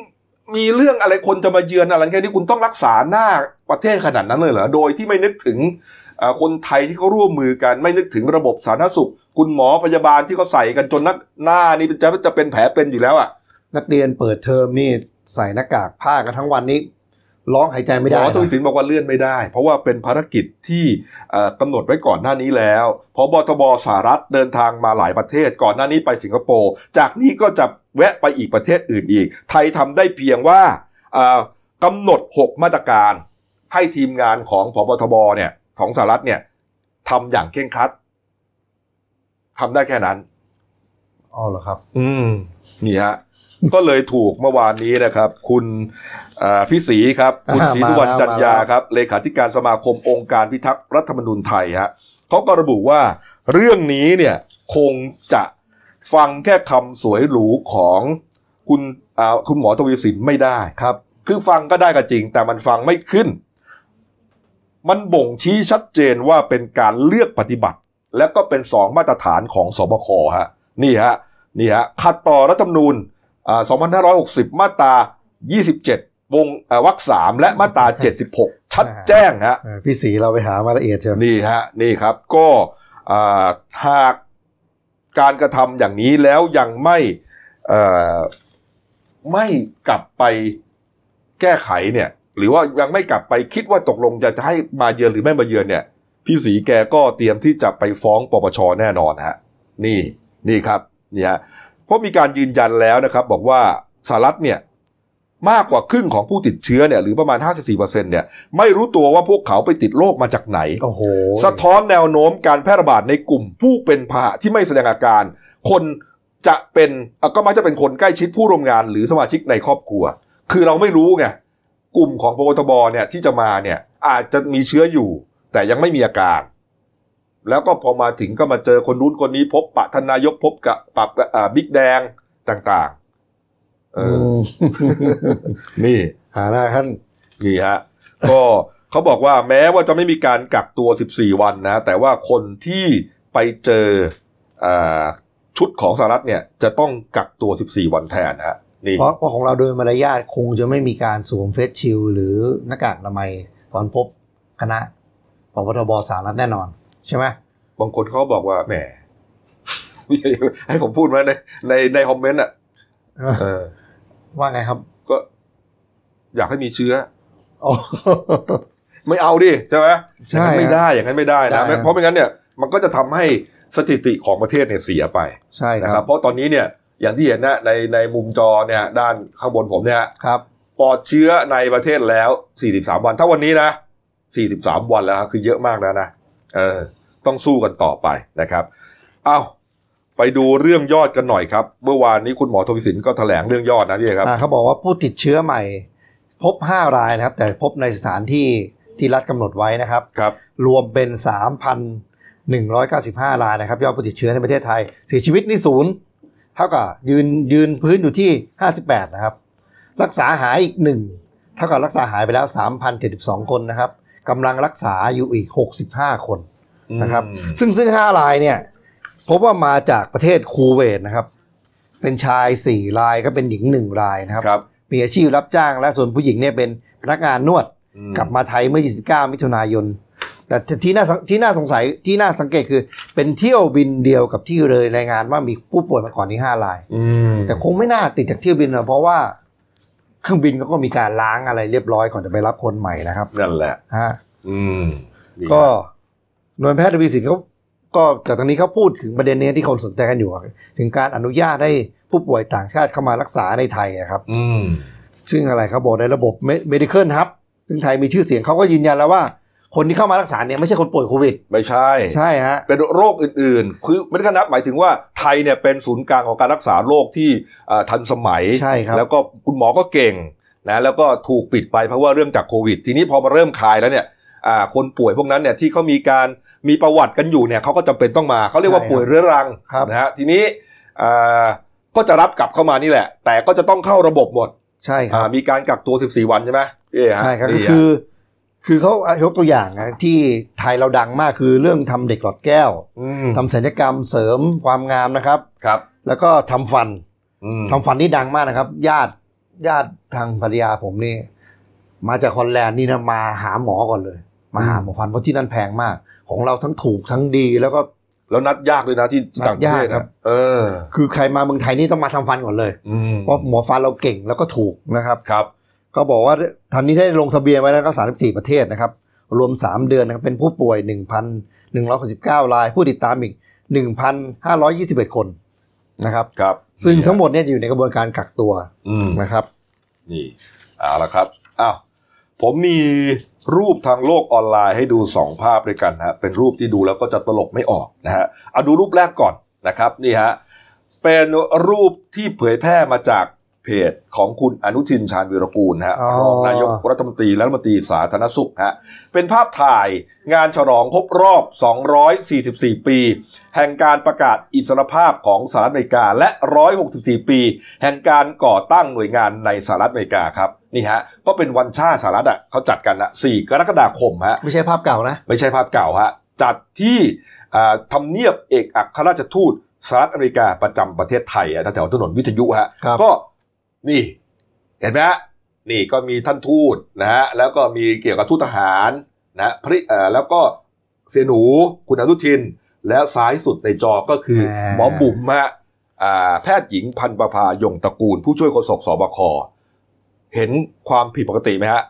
Speaker 1: มีเรื่องอะไรคนจะมาเยือนอะไรแค่นี้คุณต้องรักษาหน้าประเทศขนาดนั้นเลยเหรอ โดยที่ไม่นึกถึงเอ่อคนไทยที่เขาร่วมมือกัน ไม่นึกถึงระบบสาธารณสุข คุณหมอพยาบาลที่เขาใส่กันจนนักหน้านี่จะจะเป็นแผลเป็นอยู่แล้วอ่ะ
Speaker 2: นักเรียนเปิดเทอมนี่ใส่หน้ากากผ้ากันทั้งวันนี้ร้องหายใจ
Speaker 1: ห
Speaker 2: ไม่ได้
Speaker 1: มอ
Speaker 2: นะ
Speaker 1: ทวีสินบอกว่าเลื่อนไม่ได้ เพราะว่าเป็นภารกิจที่เอ่อกำหนดไว้ก่อนหน้านี้แล้วพบทบสหรัฐเดินทางมาหลายประเทศก่อนหน้านี้ไปสิงคโปร์จากนี้ก็จะแวะไปอีกประเทศอื่นอีก ไทยทำได้เพียงว่าเอ่อกำหนด 6 มาตรการ ให้ทีมงานของพบทบเนี่ยของสหรัฐเนี่ยทำอย่างเคร่งครัดทำได้แค่นั้น
Speaker 2: อ๋อเหรอครับ
Speaker 1: อืมนี่ฮะ ก็เลยถูกเมื่อวานนี้นะครับ คุณเอ่อพี่ศรีครับ คุณ
Speaker 2: อ่า
Speaker 1: ศรีสุวรรณ
Speaker 2: มาแล้ว
Speaker 1: จันยา
Speaker 2: มาแล้ว
Speaker 1: ครับ เลขาธิการสมาคมองค์การพิทักษ์รัฐธรรมนูญไทยฮะเขาก็ระบุว่าเรื่องนี้เนี่ยคงจะฟังแค่คำสวยหรูของคุณอ่าคุณหมอทวีสินไม่ได้
Speaker 2: ครับ
Speaker 1: คือฟังก็ได้ก็จริง แต่มันฟังไม่ขึ้น มันบ่งชี้ชัดเจนว่าเป็นการเลือกปฏิบัติ และก็เป็นสองมาตรฐานของสบคฮะนี่ฮะนี่ฮะขัดต่อรัฐธรรมนูญอ่า2560 มาตรา 27 วงอ่าวรรคสามและมาตรา 76 ชัดแจ้งฮะ
Speaker 2: เออพี่สีเราไปหามาละเอียดเชียว
Speaker 1: นี่ฮะนี่ครับก็อ่าหากการกระทำอย่างนี้แล้วยังไม่เอ่อไม่กลับไปแก้ไขเนี่ย หรือว่ายังไม่กลับไปคิดว่าตกลงจะจะให้มาเยือนหรือไม่มาเยือนเนี่ย พี่สีแกก็เตรียมที่จะไปฟ้องปปชแน่นอนฮะนี่นี่ครับนี่ฮะ เพราะมีการยืนยันแล้วนะครับ บอกว่าสหรัฐเนี่ยมากกว่าครึ่งของผู้ติดเชื้อเนี่ยหรือประมาณ 54%เนี่ยไม่รู้ตัวว่าพวกเขาไปติดโรคมาจากไหน
Speaker 2: โอ้โห
Speaker 1: สะท้อนแนวโน้มการแพร่ระบาดในกลุ่มผู้เป็นพาหะที่ไม่แสดงอาการ คนจะเป็นเอ่อก็มักจะเป็นคนใกล้ชิดผู้ร่วมงานหรือสมาชิกในครอบครัว คือเราไม่รู้ไงกลุ่มของพบทบเนี่ยที่จะมาเนี่ยอาจจะมีเชื้ออยู่ แต่ยังไม่มีอาการ แล้วก็พอมาถึงก็มาเจอคนนู้นคนนี้พบปะทานนายกพบกับปรับกับอ่าบิ๊กแดงต่างๆ เอออ
Speaker 2: ม
Speaker 1: นี่
Speaker 2: หาหน้าท่าน
Speaker 1: นี่ฮะ ก็เขาบอกว่าแม้ว่าจะไม่มีการกักตัว 14 วันนะ แต่ว่าคนที่ไปเจอเออชุดของสหรัฐเนี่ย จะต้องกักตัว 14 วันแทนนะฮะนี่
Speaker 2: เพราะเพราะของเราโดยมารยาทคงจะไม่มีการสวมเฟสชิลด์หรือหน้ากากอนามัยตอนพบคณะพบทบสารรัฐแน่นอน ใช่ไหม
Speaker 1: บางคนเขาบอกว่าแหม ให้ผมพูดไหมในในในคอมเมนต์อ่ะเออ
Speaker 2: ว่าไงครับ
Speaker 1: ก็อยากให้มีเชื้อ
Speaker 2: อ๋อ
Speaker 1: ไม่เอาดิ ใช่ไหม
Speaker 2: ใช่
Speaker 1: อย่างนั้นไม่ได้อย่างนั้นไม่ได้นะ
Speaker 2: ได้ครับ
Speaker 1: เพราะไม่งั้นเนี่ยมันก็จะทำให้สถิติของประเทศเนี่ยเสียไป
Speaker 2: ใช่
Speaker 1: นะ
Speaker 2: ค
Speaker 1: ครั
Speaker 2: รั
Speaker 1: บบ เพราะตอนนี้เนี่ยอย่างที่เห็นนะในในมุมจอเนี่ยด้านข้างบนผมเนี่ย
Speaker 2: ครับ
Speaker 1: ปลอดเชื้อในประเทศแล้ว 43 วัน ถ้าวันนี้นะ 43 วันแล้วครับคือเยอะมากแล้วนะเออต้องสู้กันต่อไปนะครับ เอาไปดูเรื่องยอดกันหน่อยครับ เมื่อวานนี้คุณหมอทวิสินก็แถลงเรื่องยอดนะพี่เอกครับ
Speaker 2: อ่าเขาบอกว่าผู้ติดเชื้อใหม่ พบ 5 รายนะครับ แต่พบในสถานที่ที่รัฐกำหนดไว้นะครับ
Speaker 1: ครับ
Speaker 2: รวมเป็น 3,195 รายนะครับ ยอดผู้ติดเชื้อในประเทศไทย เสียชีวิตนี่ศูนย์เท่ากับยืนยืนพื้นอยู่ที่ 58 นะครับ รักษาหายอีก 1 เท่ากับรักษาหายไปแล้ว 3,072 คนนะครับกำลังรักษาอยู่อีก 65 คน นะครับ
Speaker 1: อืม
Speaker 2: ซึ่งซึ่ง 5 รายเนี่ยพบว่ามาจากประเทศคูเวตนะครับ เป็นชาย 4 รายก็เป็นหญิง 1 รายนะครับ
Speaker 1: ครับ
Speaker 2: มีอาชีพรับจ้างและส่วนผู้หญิงเนี่ยเป็นพนักงานนวด
Speaker 1: อืม
Speaker 2: กลับมาไทยเมื่อ 29 มิถุนายน แต่ที่น่าสังที่น่าสงสัยที่น่าสังเกตคือเป็นเที่ยวบินเดียวกับที่เลยรายงานว่ามีผู้ป่วยมาก่อนที่5ราย
Speaker 1: อืม
Speaker 2: แต่คงไม่น่าติดจากเที่ยวบินนะเพราะว่าเครื่องบินเขาก็มีการล้างอะไรเรียบร้อยก่อนจะไปรับคนใหม่นะครับ
Speaker 1: นั่นแหละ
Speaker 2: ฮะ
Speaker 1: อืมนี่
Speaker 2: ก็
Speaker 1: ครับ
Speaker 2: หน่วยแพทย์ทวีสินเขาก็จากทางนี้เขาพูดถึงประเด็นเนี้ยที่คนสนใจกันอยู่อะถึงการอนุญาตให้ผู้ป่วยต่างชาติเข้ามารักษาในไทยอะครับ
Speaker 1: อืม
Speaker 2: ซึ่งอะไรครับบอกในระบบ medical hub ซึ่งไทยมีชื่อเสียงเขาก็ยืนยันแล้วว่า คนที่เข้ามารักษาเนี่ยไม่ใช่คนป่วยโควิด
Speaker 1: ไม่ใช่
Speaker 2: ใช่ฮะ
Speaker 1: เป็นโรคอื่นๆ คือไม่ได้นับหมายถึงว่าไทยเนี่ยเป็นศูนย์กลางของการรักษาโรคที่เอ่อทันสมัย
Speaker 2: ใช่ครับ
Speaker 1: แล้วก็คุณหมอก็เก่งนะแล้วก็ถูกปิดไปเพราะว่าเรื่องจากโควิด ทีนี้พอมาเริ่มคลายแล้วเนี่ยอ่าคนป่วยพวกนั้นเนี่ยที่เขามีการมีประวัติกันอยู่เนี่ยเขาก็จำเป็นต้องมาเขาเรียกว่า
Speaker 2: ใช่ครับ
Speaker 1: ป่วยเรื้อรัง
Speaker 2: ครับ
Speaker 1: นะฮะทีนี้อ่าก็จะรับกลับเข้ามานี่แหละ แต่ก็จะต้องเข้าระบบหมด
Speaker 2: ใช่ครับ
Speaker 1: อ่ามีการกักตัว 14 วันใช่ไหมพี่เอ๋ฮะ
Speaker 2: ใช่ครับก็
Speaker 1: นี่ฮะ
Speaker 2: คือ คือเขายกตัวอย่างนะที่ไทยเราดังมากคือเรื่องทำเด็กหลอดแก้ว
Speaker 1: ม
Speaker 2: ทำศัลยกรรมเสริมความงามนะครับ
Speaker 1: ครับ
Speaker 2: แล้วก็ทำฟัน
Speaker 1: อืม
Speaker 2: ทองฝันนี่ดังมากนะครับ ญาติญาติทางภรรยาผมนี่ มาจากฮอลแลนด์นี่นะมาหาหมอก่อนเลย มาหาหมอฟันเพราะที่นั่นแพงมาก ของเราทั้งถูกทั้งดีแล้วก็
Speaker 1: แล้วนัดยากด้วยนะที่ต่างประเทศ
Speaker 2: นัดยากครับ
Speaker 1: นะเออ
Speaker 2: คือใครมาเมืองไทยนี่ต้องมาทำฟันก่อนเลย
Speaker 1: อืม
Speaker 2: เพราะหมอฟันเราเก่งแล้วก็ถูกนะครับ
Speaker 1: ครับ
Speaker 2: ก็บอกว่าทางนี้ได้ลงทะเบียนไว้แล้วก็34 ประเทศนะครับ รวม 3 เดือนนะครับเป็นผู้ป่วย 1,169ราย ผู้ติดตามอีก 1,521 คนนะครับ
Speaker 1: ครับ
Speaker 2: ซึ่ง
Speaker 1: นี่
Speaker 2: ทั้งหมดเนี่ยอยู่ในกระบวนการกักตัว
Speaker 1: อืม
Speaker 2: นะครับ
Speaker 1: นี่เอาละครับอ้าวผมมีรูปทางโลกออนไลน์ให้ดูสองภาพด้วยกันฮะเป็นรูปที่ดูแล้วก็จะตลกไม่ออกนะฮะเอาดูรูปแรกก่อนนะครับนี่ฮะเป็นรูปที่เผยแพร่มาจากเพจของคุณอนุทินชาญวิรกูลนะฮะ
Speaker 2: อ๋อ
Speaker 1: รองนายกรัฐมนตรีและรัฐมนตรีสาธารณสุขฮะเป็นภาพถ่ายงานฉลองครบรอบ 244 ปี แห่งการประกาศอิสรภาพของสหรัฐอเมริกาและ 164 ปี แห่งการก่อตั้งหน่วยงานในสหรัฐอเมริกาครับนี่ฮะก็เป็นวันชาติสหรัฐอ่ะเขาจัดกันนะ4กรกฎาคมฮะ
Speaker 2: ไม่ใช่ภาพเก่านะ
Speaker 1: ไม่ใช่ภาพเก่าฮะจัดที่อ่าทำเนียบเอกอัครราชทูตสหรัฐอเมริกาประจำประเทศไทยอ่ะแถวๆถนนวิทยุฮะ
Speaker 2: ครับ
Speaker 1: ก็นี่ เห็นไหมฮะนี่ก็มีท่านทูตนะฮะแล้วก็มีเกี่ยวกับทูตทหารนะฮะพริเอ่อแล้วก็เสียหนูคุณอนุทิน แล้วซ้ายสุดในจอก็คือ
Speaker 2: แหม่
Speaker 1: หมอบุ๋มฮะอ่าแพทย์หญิงพันประภายงตระกูล ผู้ช่วยโฆษกสบคเห็นความผิดปกติไหมฮะ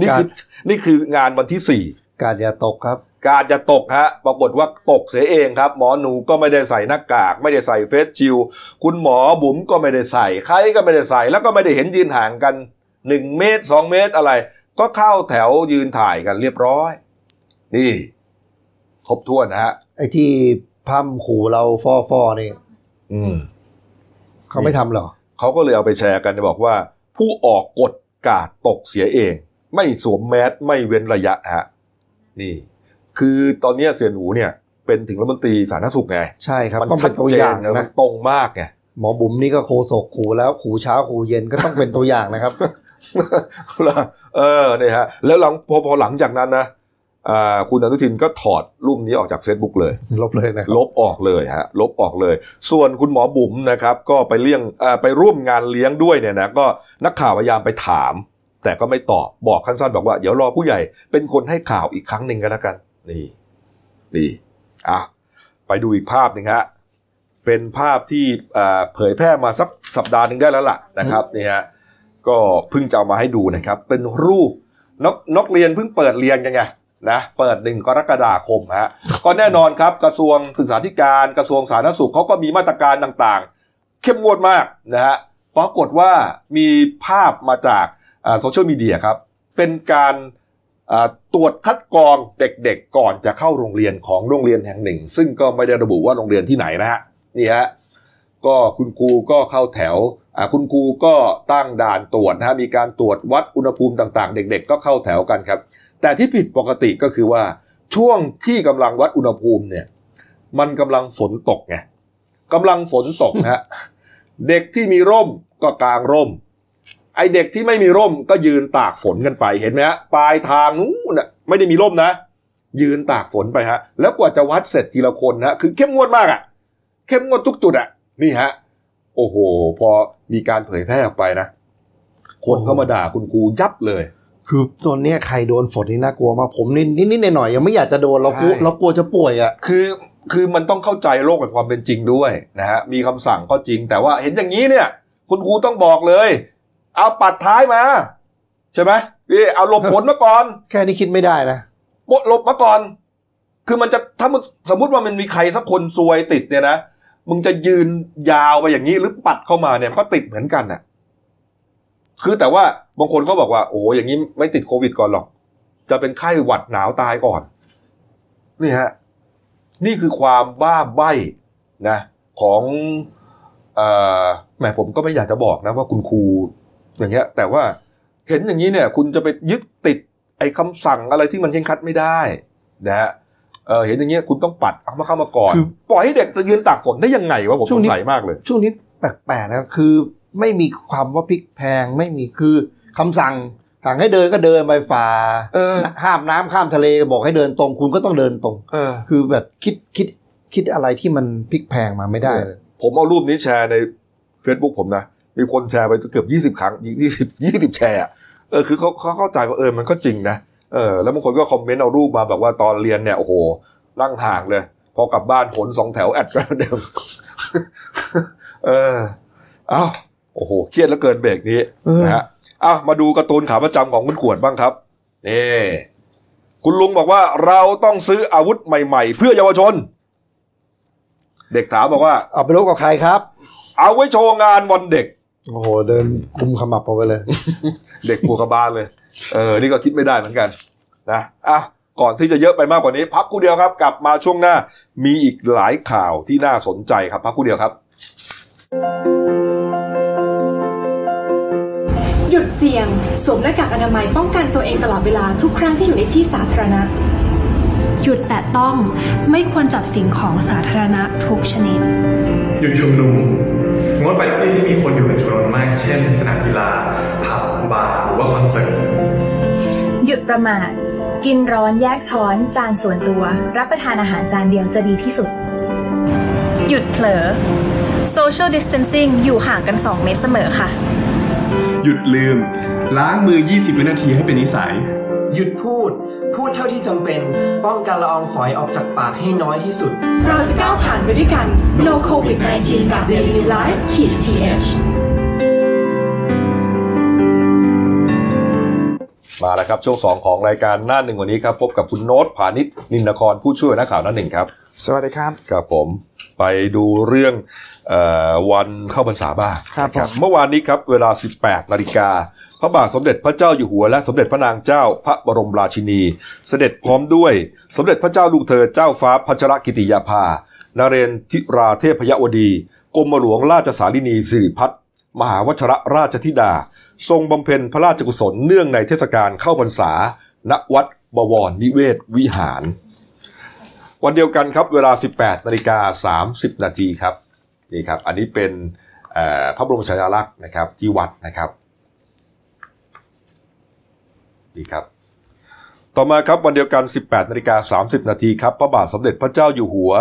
Speaker 1: นี่คือนี่คืองานวันที่สี่
Speaker 2: การอย่าตกครับ
Speaker 1: กาดจะตกฮะ ปรากฏว่าตกเสียเองครับ หมอหนูก็ไม่ได้ใส่หน้ากาก ไม่ได้ใส่เฟสชิลด์คุณหมอบุ๋มก็ไม่ได้ใส่ ใครก็ไม่ได้ใส่ แล้วก็ไม่ได้เห็นยืนห่างกัน 1 เมตร 2 เมตรอะไร ก็เข้าแถวยืนถ่ายกันเรียบร้อย นี่ ครบถ้วนนะฮะ
Speaker 2: ไอ้ที่พัมขู่เราฟอฟอๆนี่
Speaker 1: อืม
Speaker 2: เขาไม่ทำหรอ
Speaker 1: เขาก็เลยเอาไปแชร์กันบอกว่า ผู้ออกกฎกาดตกเสียเอง ไม่สวมแมสไม่เว้นระยะฮะนี่ คือตอนเนี้ยเสี่ยหนูเนี่ย เป็นถึงรัฐมนตรีสาธารณสุขไง
Speaker 2: ใช่ ครับ
Speaker 1: มั
Speaker 2: ต้อง
Speaker 1: ชั
Speaker 2: เป็
Speaker 1: ด
Speaker 2: นตัว
Speaker 1: เจ
Speaker 2: อน ย่าง
Speaker 1: นะมั
Speaker 2: นะ
Speaker 1: นตรงมากไง
Speaker 2: หมอบุ๋มนี่ก็โคศกขู่แล้วขู่เช้าขู่เย็นก็ต้องเป็นตัวอย่างนะครับ
Speaker 1: เออเนี่ยฮะ แล้วหลังพอพอหลังจากนั้นนะอ่าคุณอนุทินก็ถอดรูปนี้ออกจาก Facebook เลย
Speaker 2: ลบเลยนะครับ
Speaker 1: ลบออกเลยฮะลบออกเลย ส่วนคุณหมอบุ๋มนะครับ ก็ไปเลี้ยงเอ่อไปร่วมงานเลี้ยงด้วยเนี่ยนะก็นักข่าวพยายามไปถาม แต่ก็ไม่ตอบบอกสั้นๆบอกว่าเดี๋ยวรอผู้ใหญ่เป็นคนให้ข่าวอีกครั้งหนึ่งก็แล้วกัน นี่นี่อ่ะไปดูอีกภาพหนึ่งฮะเป็นภาพที่เอ่อเผยแพร่มาสักสัปดาห์หนึ่งได้แล้วล่ะนะครับนี่ฮะก็เพิ่งจะเอามาให้ดูนะครับ เป็นรูปนกนกเรียนเพิ่งเปิดเรียนกันไง นะเปิดหนึ่งกรกฎาคมฮะ ก็แน่นอนครับกระทรวงศึกษาธิการกระทรวงสาธารณสุขเขาก็มีมาตรการต่างๆ เข้มงวดมากนะฮะปรากฏว่ามีภาพมาจากโซเชียลมีเดียครับ เป็นการอ่าตรวจคัดกรองเด็กๆ ก่อนจะเข้าโรงเรียนของโรงเรียนแห่งหนึ่ง ซึ่งก็ไม่ได้ระบุว่าโรงเรียนที่ไหนนะฮะนี่ฮะก็คุณครูก็เข้าแถวอ่าคุณครูก็ตั้งด่านตรวจนะฮะมีการตรวจวัดอุณหภูมิต่างๆ เด็ก ๆ ก็เข้าแถวกันครับ แต่ที่ผิดปกติก็คือว่าช่วงที่กำลังวัดอุณหภูมิเนี่ย มันกำลังฝนตกไงกำลังฝนตกฮะ เด็กที่มีร่มก็กางร่ม ไอเด็กที่ไม่มีร่มก็ยืนตากฝนกันไปเห็นไหมฮะปลายทางนู้นน่ะไม่ได้มีร่มนะ ยืนตากฝนไปฮะ แล้วกว่าจะวัดเสร็จทีละคนนะคือเข้มงวดมากอะ่ะ เข้มงวดทุกจุดอะ่ะ นี่ฮะ โอ้โห พอมีการเผยแพร่ออกไปนะคนเข้ามาด่าคุณครูยับเลย
Speaker 2: คือตัวเนี้ยใครโดนฝนนี่น่ากลัวมากผมนี่นิดๆหน่อยๆยังไม่อยากจะโดนเรากลัว
Speaker 1: ใช่
Speaker 2: เรากลัวจะป่วยอ่ะ
Speaker 1: คือคือมันต้องเข้าใจโลกกับความเป็นจริงด้วยนะฮะมีคำสั่งก็จริง แต่ว่าเห็นอย่างนี้เนี่ย คุณครูต้องบอกเลย เอาปัดท้ายมา ใช่ไหมพี่เอาหลบฝนมาก่อน
Speaker 2: แค่นี้คิดไม่ได้นะ
Speaker 1: ปะหลบมาก่อน คือมันจะถ้ามึงสมมติว่ามันมีใครสักคนซวยติดเนี่ยนะมึงจะยืนยาวไปอย่างนี้หรือปัดเข้ามาเนี่ยก็ติดเหมือนกันน่ะ คือแต่ว่าบางคนเขาบอกว่า โอ้โหอย่างนี้ไม่ติดโควิดก่อนหรอก จะเป็นไข้หวัดหนาวตายก่อน นี่ฮะ นี่คือความบ้าใบ้นะ ของเอ่อแหมผมก็ไม่อยากจะบอกนะว่าคุณครูอย่างเงี้ย แต่ว่าเห็นอย่างนี้เนี่ย คุณจะไปยึดติดไอ้คำสั่งอะไรที่มันเข่งครัดไม่ได้นะฮะเอ่อเห็นอย่างเงี้ยคุณต้องปัดเอามาเข้ามาก่อน
Speaker 2: คือ
Speaker 1: ปล่อยให้เด็กจะยืนตากฝนได้ยังไงวะผม
Speaker 2: ช่
Speaker 1: ส
Speaker 2: วง
Speaker 1: ง
Speaker 2: นี้
Speaker 1: สัยมากเลย
Speaker 2: ช่วงนี้แปลกๆนะคือไม่มีความว่าพลิกแพงไม่มีคือคำสั่งสั่งให้เดินก็เดินไปฝ่า
Speaker 1: เออ
Speaker 2: ห้ามน้ำข้ามทะเลบอกให้เดินตรงคุณก็ต้องเดินตรง
Speaker 1: เออ
Speaker 2: คือแบบคิดคิดคิดอะไรที่มันพลิกแพงมาไม่ได้เลย
Speaker 1: ผมเอารูปนี้แชร์ใน Facebook ผมนะ มีคนแชร์ไปเกือบยี่สิบครั้งยี่สิบยี่สิบแชร์อะเออคือเขาเขาเข้าใจว่าเออมันก็จริงนะเออแล้วบางคนก็คอมเมนต์เอารูปมาแบบว่าตอนเรียนเนี่ย โอ้โห นั่งห่างเลย พอกลับบ้านขนสองแถวแอ ดกันเดิม เออ เอ้าโอ้โห เครียดแล้วเกินเบรกนี้
Speaker 2: เออ
Speaker 1: นะฮะเอ้ามาดูการ์ตูนขาประจำของคุณขวดบ้างครับนี่คุณลุงบอกว่าเราต้องซื้ออาวุธใหม่ ๆ เพื่อเยาวชน เด็กถามบอกว่า
Speaker 2: เอาไปรบกับใครครับ
Speaker 1: เอาไว้โชว์งานวันเด็ก
Speaker 2: โอ้โหเดินกุมขมับเอาไปเลย
Speaker 1: เด็กบัวกระบาลเลย เออ นี่ก็คิดไม่ได้เหมือนกันนะอ่ะก่อนที่จะเยอะไปมากกว่านี้ พักกูเดียวครับ กลับมาช่วงหน้า มีอีกหลายข่าวที่น่าสนใจครับ พักกูเดียวครับ
Speaker 3: หยุดเสี่ยง สวมหน้ากากอนามัยป้องกันตัวเองตลอดเวลาทุกครั้งที่อยู่ในที่สาธารณะ
Speaker 4: หยุดแตะต้องไม่ควรจับสิ่งของสาธารณะทุกชนิด
Speaker 5: หยุดชุมนุมงดไปที่ที่มีคนอยู่เป็นจำนวนมาก เช่น สนามกีฬาผับบาร์หรือว่าคอนเสิร์ต
Speaker 6: หยุดประมาท กินร้อนแยกช้อน จานส่วนตัว รับประทานอาหารจานเดียวจะดีที่สุด
Speaker 7: หยุดเผลอ social distancing อยู่ห่างกัน 2 เมตรเสมอค่ะ
Speaker 8: หยุดลืม ล้างมือ 20 วินาทีให้เป็นนิสัย
Speaker 9: หยุดพูด พูดเท่าที่จำเป็น ป้องกันละอองฝอยออกจากปากให้น้อยที่สุด
Speaker 3: เราจะก้าวผ่านไปด้วยกัน No COVID 19กับ Daily New Life ขีด th
Speaker 1: มาแล้วครับช่วงสองของรายการหน้าหนึ่งวันนี้ครับพบกับคุณโน้ตผานิชนินนครผู้ช่วยนักข่าวหน้าหนึ่งครับ
Speaker 10: สวัสดีครับ
Speaker 1: ครับผมไปดูเรื่องเออวันเข้าพรรษาบ้าง
Speaker 10: ครับ
Speaker 1: นะ
Speaker 10: ผม
Speaker 1: เมื่อวานนี้ครับเวลา 18นาฬิกาพระบาทสมเด็จพระเจ้าอยู่หัวและสมเด็จพระนางเจ้าพระบรมราชินี เสด็จพร้อมด้วย สมเด็จพระเจ้าลูกเธอเจ้าฟ้าพัชรกิติยาภา นเรนทิราเทพยวดีกรมหลวงราชสารินีสิริพัฒน์มหาวชรราชธิดา ทรงบำเพ็ญพระราชกุศลเนื่องในเทศกาลเข้าพรรษา ณวัดบวรนิเวศวิหาร วันเดียวกันครับเวลา 18นาฬิกา30 นาทีครับนี่ครับ อันนี้เป็นเอ่อพระบรมฉายาลักษณ์นะครับที่วัดนะครับนี่ครับ ต่อมาครับวันเดียวกัน 18นาฬิกา30 นาทีครับ พระบาทสมเด็จพระเจ้าอยู่หัว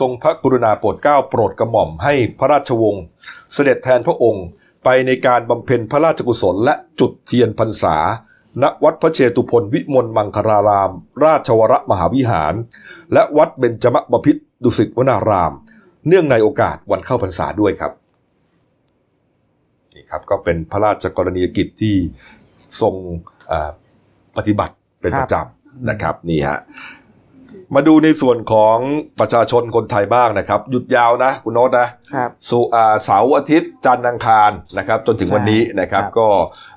Speaker 1: ทรงพระกรุณาโปรดเกล้าโปรดกระหม่อมให้พระราชวงศ์เสด็จแทนพระองค์ ไปในการบำเพ็ญพระราชกุศลและจุดเทียนพรรษา ณวัดพระเชตุพนวิมลมังคลาราม ราชวรมหาวิหาร และวัดเบญจมบพิตรดุสิตวนาราม เนื่องในโอกาสวันเข้าพรรษาด้วยครับนี่ครับก็เป็นพระราชกรณียกิจที่ทรงเอ่อปฏิบัติเป็นประจำนะครับนี่ฮะมาดูในส่วนของประชาชนคนไทยบ้างนะครับ หยุดยาวนะคุณโนตนะ
Speaker 10: ครับ
Speaker 1: สุอ่าเสาร์อาทิตย์จันทร์อังคารนะครับจนถึงวันนี้นะครับ
Speaker 10: ครับ
Speaker 1: ก็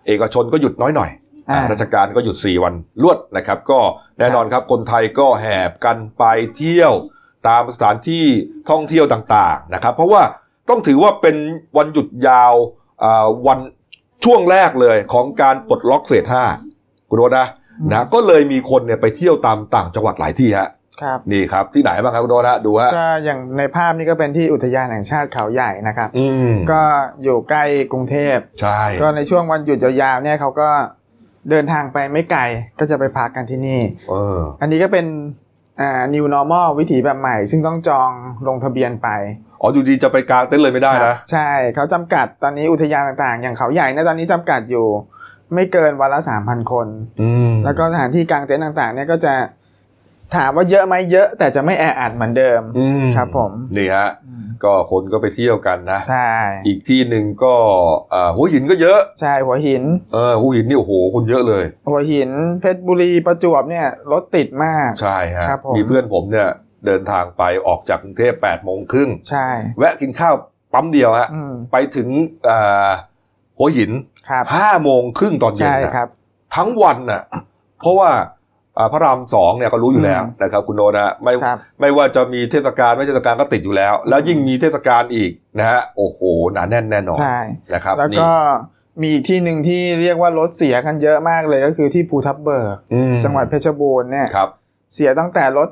Speaker 1: เอกชนก็หยุดน้อยหน่อย
Speaker 10: อ่า
Speaker 1: อ่าราชการก็หยุด 4 วันรวดนะครับ ก็แน่นอนครับคนไทยก็แหบกันไปเที่ยวตามสถานที่ท่องเที่ยวต่างๆนะครับ เพราะว่าต้องถือว่าเป็นวันหยุดยาวอ่าวันช่วงแรกเลยของการปลดล็อกเฟสห้าคุณโรสนะนะก็เลยมีคนเนี่ยไปเที่ยวตามต่างจังหวัดหลายที่ฮะ
Speaker 10: ครับ
Speaker 1: นี่ครับที่ไหนบ้างครับคุณโรสนะดูฮะ
Speaker 10: ก็อย่างในภาพนี้ก็เป็นที่อุทยานแห่งชาติเขาใหญ่นะครับ
Speaker 1: อืม
Speaker 10: ก็อยู่ใกล้กรุงเทพ
Speaker 1: ใช่
Speaker 10: ก็ในช่วงวันหยุดยาวๆเนี่ยเขาก็เดินทางไปไม่ไกลก็จะไปพักกันที่นี่
Speaker 1: เออ
Speaker 10: อันนี้ก็เป็นอ่า new normal วิถีแบบใหม่ ซึ่งต้องจองลงทะเบียนไป
Speaker 1: อ๋ออยู่ดีจะไปกลางเต็นท์เลยไม่ได้
Speaker 10: ครั
Speaker 1: นะ
Speaker 10: บใช่เขาจำกัดตอนนี้อุทยานต่างๆ อย่างเขาใหญ่เนยตอนนี้จำกัดอยู่ ไม่เกินวันละ 3,000 คน
Speaker 1: อืม
Speaker 10: แล้วก็สถานที่กางเต็นท์ต่างๆ เนี่ยก็จะถามว่าเยอะไหมเยอะ แต่จะไม่แออัดเหมือนเดิม
Speaker 1: อืม
Speaker 10: ครับผม
Speaker 1: นี่ฮะ ก็คนก็ไปเที่ยวกันนะ
Speaker 10: ใช่
Speaker 1: อีกที่หนึ่งก็อ่าหัวหินก็เยอะ
Speaker 10: ใช่หัวหิน
Speaker 1: เออหัวหินนี่โอ้โหคนเยอะเลย
Speaker 10: หัวหิน เพชรบุรีประจวบเนี่ยรถติดมาก
Speaker 1: ใช่ฮะ
Speaker 10: ครับผม
Speaker 1: เพื่อนผมเนี่ยเดินทางไปออกจากกรุงเทพ8ปดโมงครึ่ง
Speaker 10: ใช่
Speaker 1: แวะกินข้าวปั๊มเดียวฮะ
Speaker 10: อืม
Speaker 1: ไปถึงอ่าหัวหิน
Speaker 10: ครับ
Speaker 1: ห้าโมงครึ่งตอนเย็น
Speaker 10: ใช่
Speaker 1: นะครับ ทั้งวันน่ะ เพราะว่าอ่าพระรามสองเนี่ยก็รู้อยู่แล้ว
Speaker 10: อืม
Speaker 1: นะครับคุณโนตนะฮะไม่
Speaker 10: ครับ
Speaker 1: ไม่ว่าจะมีเทศกาลไม่เทศกาลก็ติดอยู่แล้ว แล้วยิ่งมีเทศกาลอีกนะฮะโอ้โหหนาแน่นแน่นอน
Speaker 10: ใช่
Speaker 1: นะครับ
Speaker 10: แล้วก็มีอีกที่หนึ่งที่เรียกว่ารถเสียกันเยอะมากเลยก็คือที่ภูทับเบิก
Speaker 1: นี่
Speaker 10: จังหวัดเพชรบูรณ์เนี่ย
Speaker 1: ครับ
Speaker 10: เสียตั้งแต่รถ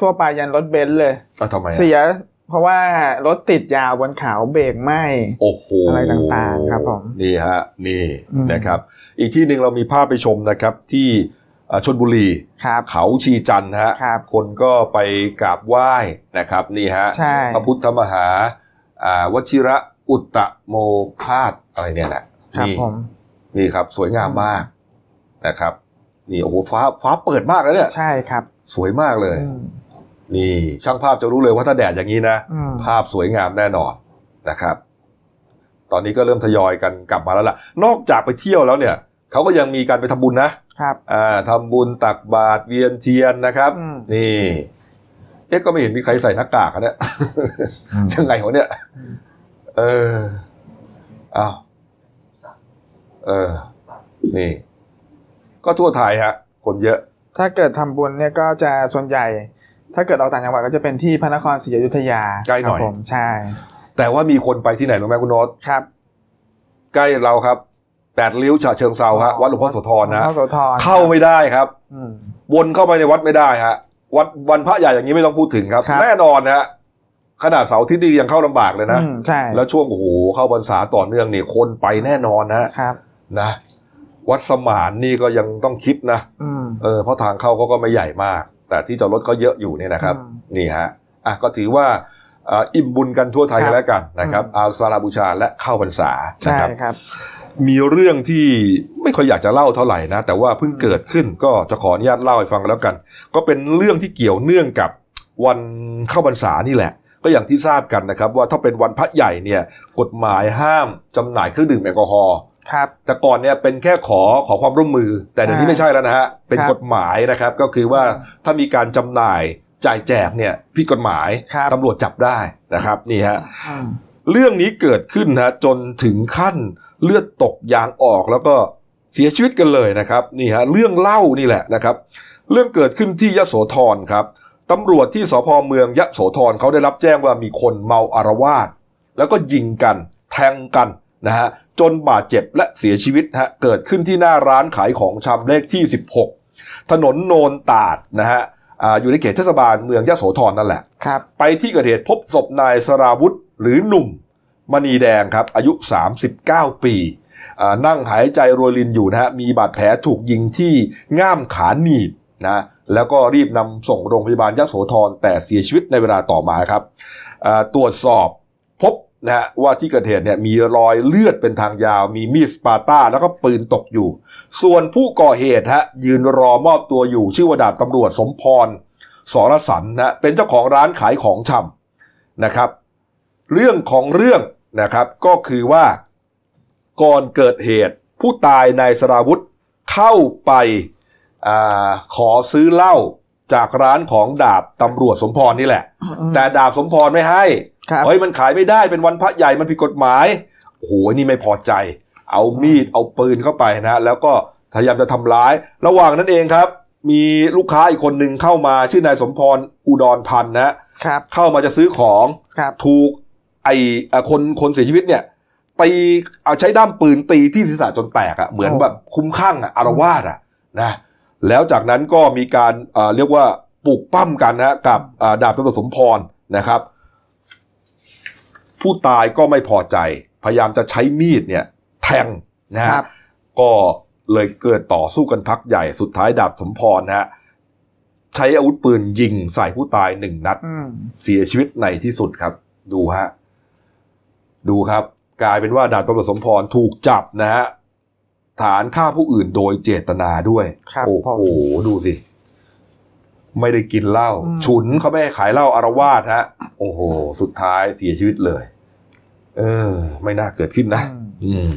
Speaker 10: ทั่วไปยันรถเบนซ์เลย
Speaker 1: เอาทำไมอะ
Speaker 10: เสียเพราะว่ารถติดยาวบนเขาเบรกไม่
Speaker 1: โอ้โห
Speaker 10: อะไรต่างๆครับผม
Speaker 1: นี่ฮะนี่
Speaker 10: อืม
Speaker 1: นะครับ อีกที่หนึ่งเรามีภาพไปชมนะครับที่อ่าชนบุรี
Speaker 10: ครับ
Speaker 1: เขาชีจันทร์ฮะ
Speaker 10: ครับ
Speaker 1: คนก็ไปกราบไหว้นะครับนี่ฮะ
Speaker 10: ใช่
Speaker 1: พระพุทธมหาอ่าวชิระอุตตโมพาสอะไรเนี่ยแหละ
Speaker 10: ครับ
Speaker 1: นี่
Speaker 10: ผม
Speaker 1: นี่ครับสวยงามมากนะครับ นี่โอ้โหฟ้าฟ้าเปิดมากแล้วเนี่ย
Speaker 10: ใช่ครับ
Speaker 1: สวยมากเลย
Speaker 10: อืม
Speaker 1: นี่ช่างภาพจะรู้เลยว่าถ้าแดดอย่างนี้นะ
Speaker 10: อืม
Speaker 1: ภาพสวยงามแน่นอนนะครับ ตอนนี้ก็เริ่มทยอยกันกลับมาแล้วล่ะ นอกจากไปเที่ยวแล้วเนี่ยเขาก็ยังมีการไปทำบุญนะครับ อ่าทำบุญตักบาตรเวียนเทียนนะครับ
Speaker 10: อืม
Speaker 1: นี่เอ๊ะก็ไม่เห็นมีใครใส่หน้ากากอะเนี่ย ยังไงวะเนี่ย เอออ้าวเออ นี่ ก็ทั่วไทยฮะ คนเยอะ
Speaker 10: ถ้าเกิดทำบุญเนี่ยก็จะส่วนใหญ่ ถ้าเกิดออกต่างจังหวัดก็จะเป็นที่พระนครศรีอยุธยา
Speaker 1: ใกล้หน่อย
Speaker 10: ครับผมใช่
Speaker 1: แต่ว่ามีคนไปที่ไหนรู้ไหมคุณโนต
Speaker 10: ครับ
Speaker 1: ใกล้เราครับแปดริ้วฉะเชิงเซาฮะวัดหลวงพ่อโสธรนะ
Speaker 10: หลวงพ่อโสธร
Speaker 1: เข้าไม่ได้ครับ
Speaker 10: อืม
Speaker 1: วนเข้าไปในวัดไม่ได้ฮะ วัดวันพระใหญ่อย่างนี้ไม่ต้องพูดถึงครับ
Speaker 10: ครับ
Speaker 1: แน่นอนนะฮะขนาดเสาร์อาที่ดียังเข้าลำบากเลยนะ
Speaker 10: อืมใช่
Speaker 1: แล้วช่วงโอ้โหเข้าพรรษาต่อเนื่องนี่คนไปแน่นอนนะฮะ
Speaker 10: ครับ
Speaker 1: นะ วัดสมานนี่ก็ยังต้องคิดนะ
Speaker 10: อืม
Speaker 1: เออเพราะทางเข้าเขาก็ไม่ใหญ่มาก แต่ที่จอดรถเขาเยอะอยู่เนี่ยนะครับ
Speaker 10: อืม
Speaker 1: นี่ฮะอ่ะก็ถือว่าอ่าอิ่มบุญกันทั่วไทย
Speaker 10: ค
Speaker 1: กัน
Speaker 10: รับ
Speaker 1: แล้วกันนะครับ
Speaker 10: อืม
Speaker 1: เอาสาราบูชาและเข้าพรรษานะ
Speaker 10: ใช่
Speaker 1: ครับ
Speaker 10: ครับ
Speaker 1: มีเรื่องที่ไม่ค่อยอยากจะเล่าเท่าไหร่นะ แต่ว่าเพิ่งเกิดขึ้นก็จะขออนุญาตเล่าให้ฟังแล้วกัน ก็เป็นเรื่องที่เกี่ยวเนื่องกับวันเข้าพรรษานี่แหละ ก็อย่างที่ทราบกันนะครับ ว่าถ้าเป็นวันพระใหญ่เนี่ยกฎหมายห้ามจำหน่ายเครื่องดื่มแอลกอฮอล์
Speaker 10: ครับ
Speaker 1: แต่ก่อนเนี่ยเป็นแค่ขอขอความร่วมมือ แต่เดี๋ยวนี้
Speaker 10: อ่า
Speaker 1: ไม่ใช่แล้วนะฮะ เป็น
Speaker 10: ครับ
Speaker 1: กฎหมายนะครับ ก็คือว่าถ้ามีการจำหน่ายจ่ายแจกเนี่ยผิดกฎหมาย
Speaker 10: ครับ
Speaker 1: ตำรวจจับได้นะครับนี่ฮะ
Speaker 10: อืม
Speaker 1: เรื่องนี้เกิดขึ้นนะจนถึงขั้นเลือดตกยางออกแล้วก็เสียชีวิตกันเลยนะครับนี่ฮะเรื่องเล่านี่แหละนะครับ เรื่องเกิดขึ้นที่ยโสธรครับตำรวจที่สพเมืองยโสธรเขาได้รับแจ้งว่ามีคนเมาอารวาสแล้วก็ยิงกัน แทงกันนะฮะจนบาดเจ็บและเสียชีวิตฮะเกิดขึ้นที่หน้าร้านขายของชำเลขที่ 16 ถนนโนนตาดนะฮะอ่าอยู่ในเขตเทศบาลเมืองยโสธรนั่นแหละ
Speaker 10: ครับ
Speaker 1: ไปที่เกิดเหตุพบศพนายสราวุธหรือหนุ่มมณีแดงครับ อายุ 39 ปีอ่านั่งหายใจรวยรินอยู่นะฮะมีบาดแผลถูกยิงที่ง่ามขาหนีบนะแล้วก็รีบนำส่งโรงพยาบาลยโสธรแต่เสียชีวิตในเวลาต่อมาครับอ่าตรวจสอบพบนะฮะว่าที่เกิดเหตุเนี่ยมีรอยเลือดเป็นทางยาว มีมีดสปาต้า แล้วก็ปืนตกอยู่ ส่วนผู้ก่อเหตุฮะยืนรอมอบตัวอยู่ ชื่อว่าดาบตำรวจสมพร สรสันนะเป็นเจ้าของร้านขายของชำนะครับ เรื่องของเรื่องนะครับก็คือว่าก่อนเกิดเหตุ ผู้ตายนายสราวุธเข้าไปอาขอซื้อเหล้าจากร้านของดาบตำรวจสมพรนี่แหละ แต่ดาบสมพรไม่ให้
Speaker 10: ครับ
Speaker 1: เฮ้ยมันขายไม่ได้เป็นวันพระใหญ่มันผิดกฎหมายโอ้โหนี่ไม่พอใจ เอามีดเอาปืนเข้าไปนะ แล้วก็พยายามจะทำร้าย ระหว่างนั้นเองครับ มีลูกค้าอีกคนหนึ่งเข้ามาชื่อนายสมพรอุดรพันธ์นะ
Speaker 10: ครับ
Speaker 1: เข้ามาจะซื้อของ
Speaker 10: ครับ
Speaker 1: ถูกไอ้เอ่อคนคนเสียชีวิตเนี่ยตีเอาใช้ด้ามปืนตีที่ศีรษะจนแตกอะ่ะเหมือนแบบคุ้มข้างอะ่ะอารวาสอะ่ะนะแล้วจากนั้นก็มีการเอ่อเรียกว่าปลุกปั้มกันนะกับเอ่อดาบตำรวจสมพรนะครับ ผู้ตายก็ไม่พอใจ พยายามจะใช้มีดเนี่ยแทงนะ
Speaker 10: ครั
Speaker 1: ฮะ
Speaker 10: บ
Speaker 1: ก็เลยเกิดต่อสู้กันพักใหญ่สุดท้ายดาบสมพรนะฮะใช้อาวุธปืนยิงใส่ผู้ตายหนึ่งนัด
Speaker 10: อืม
Speaker 1: เสียชีวิตในที่สุดครับ ดูฮะ ดูครับ กลายเป็นว่าดาบตำรวจสมพรถูกจับนะฮะฐานฆ่าผู้อื่นโดยเจตนาด้วย
Speaker 10: ครับ
Speaker 1: โอ้
Speaker 10: ผม
Speaker 1: โหดูสิ ไม่ได้กินเหล้า
Speaker 10: อืม
Speaker 1: ฉุนเขาไม่ให้ขายเหล้าอารวาสฮะ โอ้โห สุดท้ายเสียชีวิตเลย เออ ไม่น่าเกิดขึ้นนะ อืม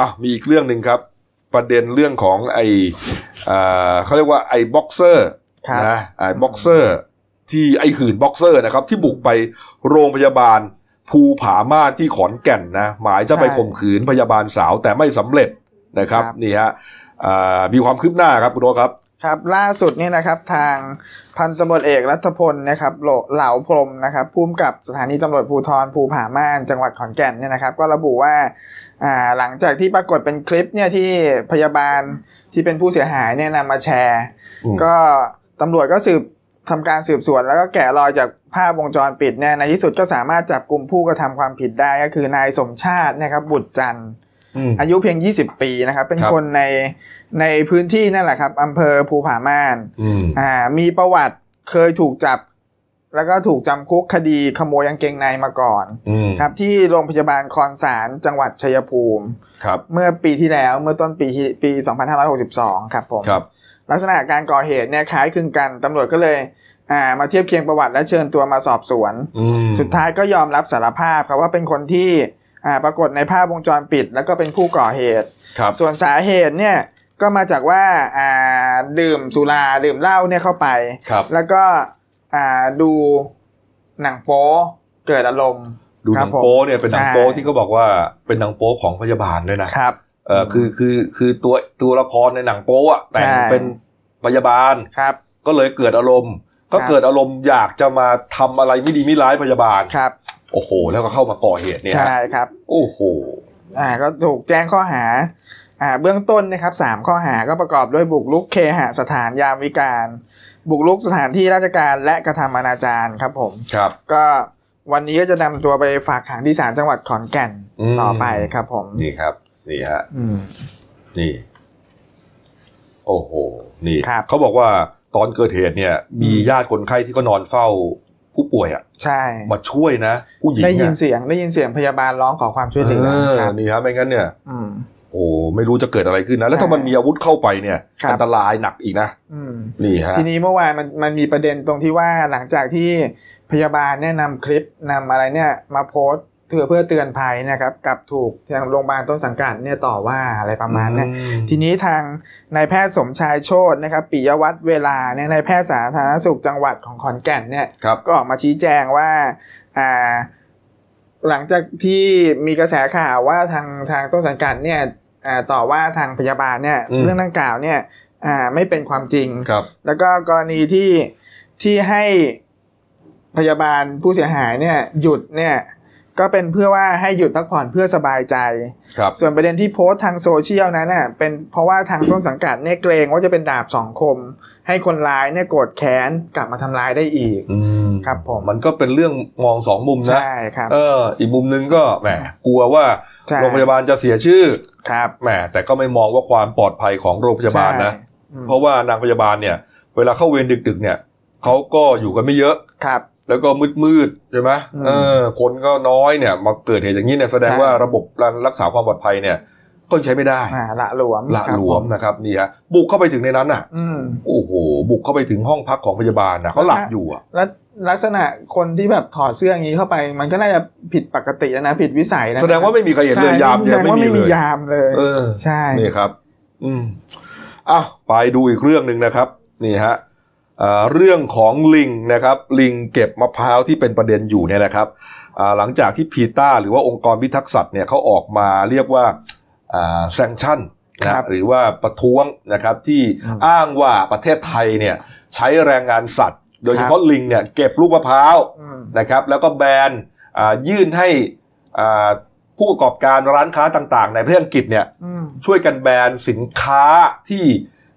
Speaker 1: อ่ะมีอีกเรื่องหนึ่งครับ ประเด็นเรื่องของไอเอ่อเขาเรียกว่าไอบ็อกเซอร์
Speaker 10: ครับ
Speaker 1: นะไอบ็อกเซอร์ ที่ไอหื่นบ็อกเซอร์นะครับ ที่บุกไปโรงพยาบาล ภูผาม่านที่ขอนแก่นนะ หมายจะไป
Speaker 10: ใช่
Speaker 1: ข่มขืนพยาบาลสาวแต่ไม่สำเร็จนะครับ
Speaker 10: ครับ
Speaker 1: นี่ฮะอ่ามีความคืบหน้าครับคุณโอคครับ
Speaker 10: ครับล่าสุดเนี่ยนะครับทางพันตำรวจเอกรัฐพลนะครับโหลเหลาพรหมนะครับผู้กำกับสถานีตำรวจภูธรภูผาม่านจังหวัดขอนแก่นเนี่ยนะครับ ก็ระบุว่าอ่าหลังจากที่ปรากฏเป็นคลิปเนี่ยที่พยาบาลที่เป็นผู้เสียหายเนี่ยนำมาแชร์
Speaker 1: อืม
Speaker 10: ก็ตำรวจก็สืบทำการสืบสวนแล้วก็แกะรอยจากภาพวงจรปิดเนี่ยในที่สุดก็สามารถจับกลุ่มผู้กระทำความผิดได้ก็คือนายสมชาตินะครับบุตรจันทร์
Speaker 1: อืม
Speaker 10: อายุเพียง 20 ปีนะครับ เป็น
Speaker 1: ครับ
Speaker 10: คนในในพื้นที่นั่นแหละครับอำเภอภูผาม่าน
Speaker 1: อืม
Speaker 10: อ่า มีประวัติเคยถูกจับ แล้วก็ถูกจำคุกคดีขโมยกางเกงในมาก่อน
Speaker 1: อืม
Speaker 10: ครับ ที่โรงพยาบาลคอนสารจังหวัดชัยภูมิ
Speaker 1: ครับ
Speaker 10: เมื่อปีที่แล้วเมื่อต้นปีที่ปี 2562 ครับผม
Speaker 1: ครับ
Speaker 10: ลักษณะการก่อเหตุเนี่ยคล้ายคลึงกันตำรวจก็เลยอ่ามาเทียบเคียงประวัติและเชิญตัวมาสอบสวน
Speaker 1: อืม
Speaker 10: สุดท้ายก็ยอมรับสารภาพครับว่าเป็นคนที่อ่าปรากฏในภาพวงจรปิด แล้วก็เป็นผู้ก่อเหตุ
Speaker 1: ครับ
Speaker 10: ส่วนสาเหตุเนี่ยก็มาจากว่าอ่าดื่มสุราดื่มเหล้าเนี่ยเข้าไป
Speaker 1: ครับ
Speaker 10: แล้วก็อ่าดูหนังโป๊เกิดอารมณ์
Speaker 1: ดูหนังโป้เนี่ยเป็นหนังโป้ที่เขาบอกว่าเป็นหนังโป้ของพยาบาลด้วยนะ
Speaker 10: ครับ
Speaker 1: เออคือคือคือตัวตัวละครในหนังโป๊อะแต่ง
Speaker 10: ใช่
Speaker 1: เป็นพยาบาล
Speaker 10: ครับ
Speaker 1: ก็เลยเกิดอารมณ์ ก็
Speaker 10: ครับ
Speaker 1: เกิดอารมณ์อยากจะมาทำอะไรไม่ดีไม่ร้ายพยาบาล
Speaker 10: ครับ
Speaker 1: โอ้โห แล้วก็เข้ามาก่อเหตุเนี่ย
Speaker 10: ใช่ครับ
Speaker 1: โอ้โห
Speaker 10: อ่าก็ถูกแจ้งข้อหาอ่าเบื้องต้นนะครับสามข้อหาก็ประกอบด้วยบุกรุกเคหสถานยามวิการ บุกรุกสถานที่ราชการและกระทำอนาจารครับผม
Speaker 1: ครับ
Speaker 10: ก็วันนี้ก็จะนำตัวไปฝากขังที่ศาลจังหวัดขอนแก่น
Speaker 1: อืม
Speaker 10: ต่อไปครับผม
Speaker 1: นี่ครับ นี่ฮะ
Speaker 10: อืม
Speaker 1: นี่ โอ้โห นี่
Speaker 10: ครับ
Speaker 1: เขาบอกว่าตอนเกิดเหตุเนี่ย มี
Speaker 10: อืม
Speaker 1: ญาติคนไข้ที่เขานอนเฝ้าผู้ป่วยอะ
Speaker 10: ใช่
Speaker 1: มาช่วยนะผู้หญิง
Speaker 10: ได้ยิ
Speaker 1: เนี่
Speaker 10: นเสียงได้ยินเสียงพยาบาลร้องขอความช่วยเหลือ
Speaker 1: เออ
Speaker 10: ครับ
Speaker 1: นี่ฮะไม่งั้นเนี่ย
Speaker 10: อืม
Speaker 1: โอ้โหไม่รู้จะเกิดอะไรขึ้นนะ แล้ว
Speaker 10: ใช่
Speaker 1: ถ้ามันมีอาวุธเข้าไปเนี่ย
Speaker 10: ครับ
Speaker 1: อันตรายหนักอีกนะ
Speaker 10: อืม
Speaker 1: นี่ฮะ
Speaker 10: ทีนี้เมื่อวานมันมันมีประเด็นตรงที่ว่าหลังจากที่พยาบาลเนี่ยนำคลิปนำอะไรเนี่ยมาโพสต์ เพื่อเพื่อเตือนภัยนะครับกลับถูกทางโรงพยาบาลต้นสังกัดเนี่ยต่อว่าอะไรประมาณเนี้ย ทีนี้ทางนายแพทย์สมชายโชตนะครับปิยวัฒน์เวลาเนี่ยนายแพทย์สาธารณสุขจังหวัดของขอนแก่นเนี่ย
Speaker 1: ครับ
Speaker 10: ก็ออกมาชี้แจงว่าอ่า หลังจากที่มีกระแสข่าวว่าทางทางต้นสังกัดเนี่ยอ่าต่อว่าทางพยาบาลเนี่ย
Speaker 1: อืม
Speaker 10: เรื่องดังกล่าวเนี่ยอ่าไม่เป็นความจริง
Speaker 1: ครับ
Speaker 10: แล้วก็กรณีที่ที่ให้พยาบาลผู้เสียหายเนี่ยหยุดเนี่ยก็เป็นเพื่อว่าให้หยุดพักผ่อนเพื่อสบายใจ
Speaker 1: ครับ
Speaker 10: ส่วนประเด็นที่โพสต์ทางโซเชียลนั้นน่ะเป็นเพราะว่าทางต้นสังกัดเนี่ยเกรงว่าจะเป็นดาบสองคม ให้คนร้ายเนี่ยโกรธแค้นกลับมาทำร้ายได้อีก
Speaker 1: อืม
Speaker 10: ครับผม
Speaker 1: มันก็เป็นเรื่องมองสองมุมนะ
Speaker 10: ใช่ครับ
Speaker 1: เออ อีกมุมหนึงก็แหมกลัวว่า
Speaker 10: ใช่
Speaker 1: โรงพยาบาลจะเสียชื่อ
Speaker 10: ครับ
Speaker 1: แหมแต่ก็ไม่มองว่าความปลอดภัยของโรงพยาบาลนะ
Speaker 10: ใช่อืม
Speaker 1: เพราะว่านางพยาบาลเนี่ย เวลาเข้าเวรดึก ๆ เนี่ยเขาก็อยู่กันไม่เยอะ
Speaker 10: ครับ
Speaker 1: แล้วก็มืดๆใช่ไหม
Speaker 10: อืม
Speaker 1: เออ คนก็น้อยเนี่ย มาเกิดเหตุอย่างนี้เนี่ยแสดง
Speaker 10: ใช่
Speaker 1: ว่าระบบการรักษาความปลอดภัยเนี่ย ก็ใช้ไม่ได้
Speaker 10: อ่าละหลวม
Speaker 1: ละ
Speaker 10: ครับ
Speaker 1: หลวม
Speaker 10: ผ
Speaker 1: นะครับนี่ฮะบุกเข้าไปถึงในนั้นน่ะ
Speaker 10: อืม
Speaker 1: โอ้โห บุกเข้าไปถึงห้องพักของพยาบาลนะเขาหลับอยู่อ่ะ
Speaker 10: แล้วลักษณะคนที่แบบถอดเสื้ออย่างนี้เข้าไป มันก็น่าจะผิดปกติแล้วนะ ผิดวิสัยนะ
Speaker 1: แสดงว่าไม่มีใครเห็นเลย
Speaker 10: ใช่
Speaker 1: ยาม
Speaker 10: แส
Speaker 1: เนี่
Speaker 10: ด
Speaker 1: ย
Speaker 10: ง
Speaker 1: ไม่
Speaker 10: ว่า
Speaker 1: มี
Speaker 10: ไม่
Speaker 1: เล
Speaker 10: มี
Speaker 1: ย
Speaker 10: ยามเลย
Speaker 1: เออ
Speaker 10: ใช่
Speaker 1: นี่ครับ อืมอ้าวไปดูอีกเรื่องหนึ่งนะครับ นี่ฮะอ่าเรื่องของลิงนะครับ ลิงเก็บมะพร้าวที่เป็นประเด็นอยู่เนี่ยนะครับอ่าหลังจากที่พีต้าหรือว่าองค์กรพิทักษ์สัตว์เนี่ยเขาออกมาเรียกว่าแซงชั่น
Speaker 10: ครั
Speaker 1: นะ
Speaker 10: บ
Speaker 1: หรือว่าประท้วงนะครับที่
Speaker 10: อืม
Speaker 1: อ้างว่าประเทศไทยเนี่ยใช้แรงงานสัตว์ โดย
Speaker 10: ค
Speaker 1: เฉ
Speaker 10: รับ
Speaker 1: พาะลิงเนี่ยเก็บลูกมะพร้าว
Speaker 10: อืม
Speaker 1: นะครับแล้วก็แบนอ่ายื่นให้อ่าผู้ประกอบการร้านค้าต่างๆ ในประเทศอังกฤษเนี่ย
Speaker 10: อืม
Speaker 1: ช่วยกันแบนสินค้าที่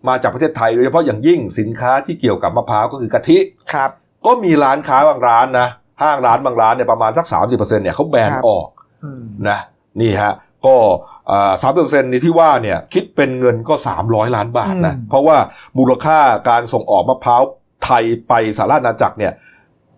Speaker 1: มาจากประเทศไทยโดยเฉพาะอย่างยิ่งสินค้าที่เกี่ยวกับมะพร้าวก็คือกะทิ
Speaker 10: ครับ
Speaker 1: ก็มีร้านค้าบางร้านนะห้างร้านบางร้านเนี่ยประมาณสัก 30%เนี่ยเขาแบน
Speaker 10: ครับ
Speaker 1: ออก
Speaker 10: อืม
Speaker 1: นะนี่ฮะก็สามเปอร์เซ็นต์นี้ที่ว่าเนี่ยคิดเป็นเงินก็ 300 ล้านบาทนะเพราะว่ามูลค่าการส่งออกมะพร้าวไทยไปสหราชอาณาจักรเนี่ย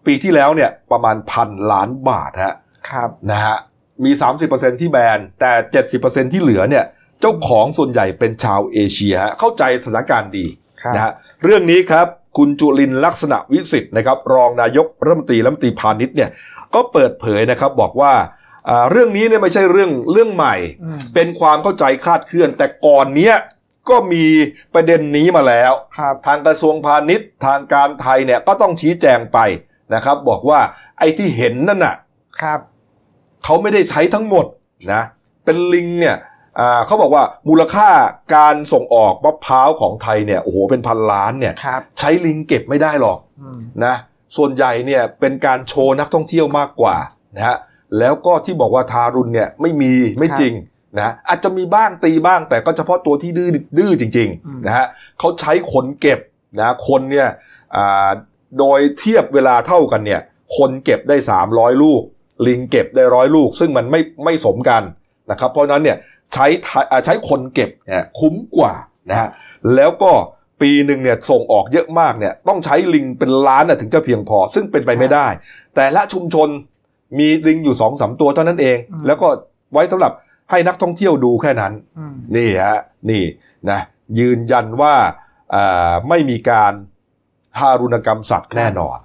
Speaker 1: ปีที่แล้วเนี่ยประมาณพันล้านบาทฮะ
Speaker 10: ครับ
Speaker 1: นะฮะมี 30%ที่แบนแต่ 70%ที่เหลือเนี่ยเจ้าของส่วนใหญ่เป็นชาวเอเชียฮะเข้าใจสถานการณ์ดี
Speaker 10: ครับ
Speaker 1: นะฮะเรื่องนี้ครับ คุณจุลินทร์ลักษณะวิสิทธิ์นะครับรองนายกรัฐมนตรีรัฐมนตรีพาณิชย์เนี่ยก็เปิดเผยนะครับบอกว่าอ่าเรื่องนี้เนี่ยไม่ใช่เรื่องเรื่องใหม่
Speaker 10: อืม
Speaker 1: เป็นความเข้าใจคลาดเคลื่อน แต่ก่อนเนี้ยก็มีประเด็นนี้มาแล้ว
Speaker 10: ครับ
Speaker 1: ทางกระทรวงพาณิชย์ทางการไทยเนี่ยก็ต้องชี้แจงไปนะครับ บอกว่าไอ้ที่เห็นนั่นน่ะ
Speaker 10: ครับ
Speaker 1: เขาไม่ได้ใช้ทั้งหมดนะ เป็นลิงเนี่ยอ่าเขาบอกว่ามูลค่าการส่งออกมะพร้าวของไทยเนี่ย โอ้โห เป็นพันล้านเนี่ย
Speaker 10: ครับ
Speaker 1: ใช้ลิงเก็บไม่ได้หรอก
Speaker 10: อืม
Speaker 1: นะ ส่วนใหญ่เนี่ยเป็นการโชว์นักท่องเที่ยวมากกว่านะฮะ แล้วก็ที่บอกว่าทารุณเนี่ยไม่มีไม่จริงนะอาจจะมีบ้างตีบ้างแต่ก็เฉพาะตัวที่ดื้อดื้อจริงๆนะฮะเขาใช้ขนเก็บนะคนเนี่ยอ่าโดยเทียบเวลาเท่ากันเนี่ย คนเก็บได้ 300 ลูก ลิงเก็บได้ร้อยลูก ซึ่งมันไม่ไม่สมกันนะครับเพราะฉะนั้นเนี่ยใช้ไทยอ่าใช้คนเก็บเนี่ยคุ้มกว่านะฮะแล้วก็ปีหนึ่งเนี่ยส่งออกเยอะมากเนี่ยต้องใช้ลิงเป็นล้านน่ะถึงจะเพียงพอ ซึ่งเป็นไปไม่ได้ แต่ละชุมชนมีลิงอยู่สองสามตัวเท่านั้นเอง แล้วก็ไว้สำหรับให้นักท่องเที่ยวดูแค่นั้น
Speaker 10: อืม
Speaker 1: นี่ฮะนี่นะยืนยันว่าอ่าไม่มีการทารุณกรรมสัตว์แน่นอน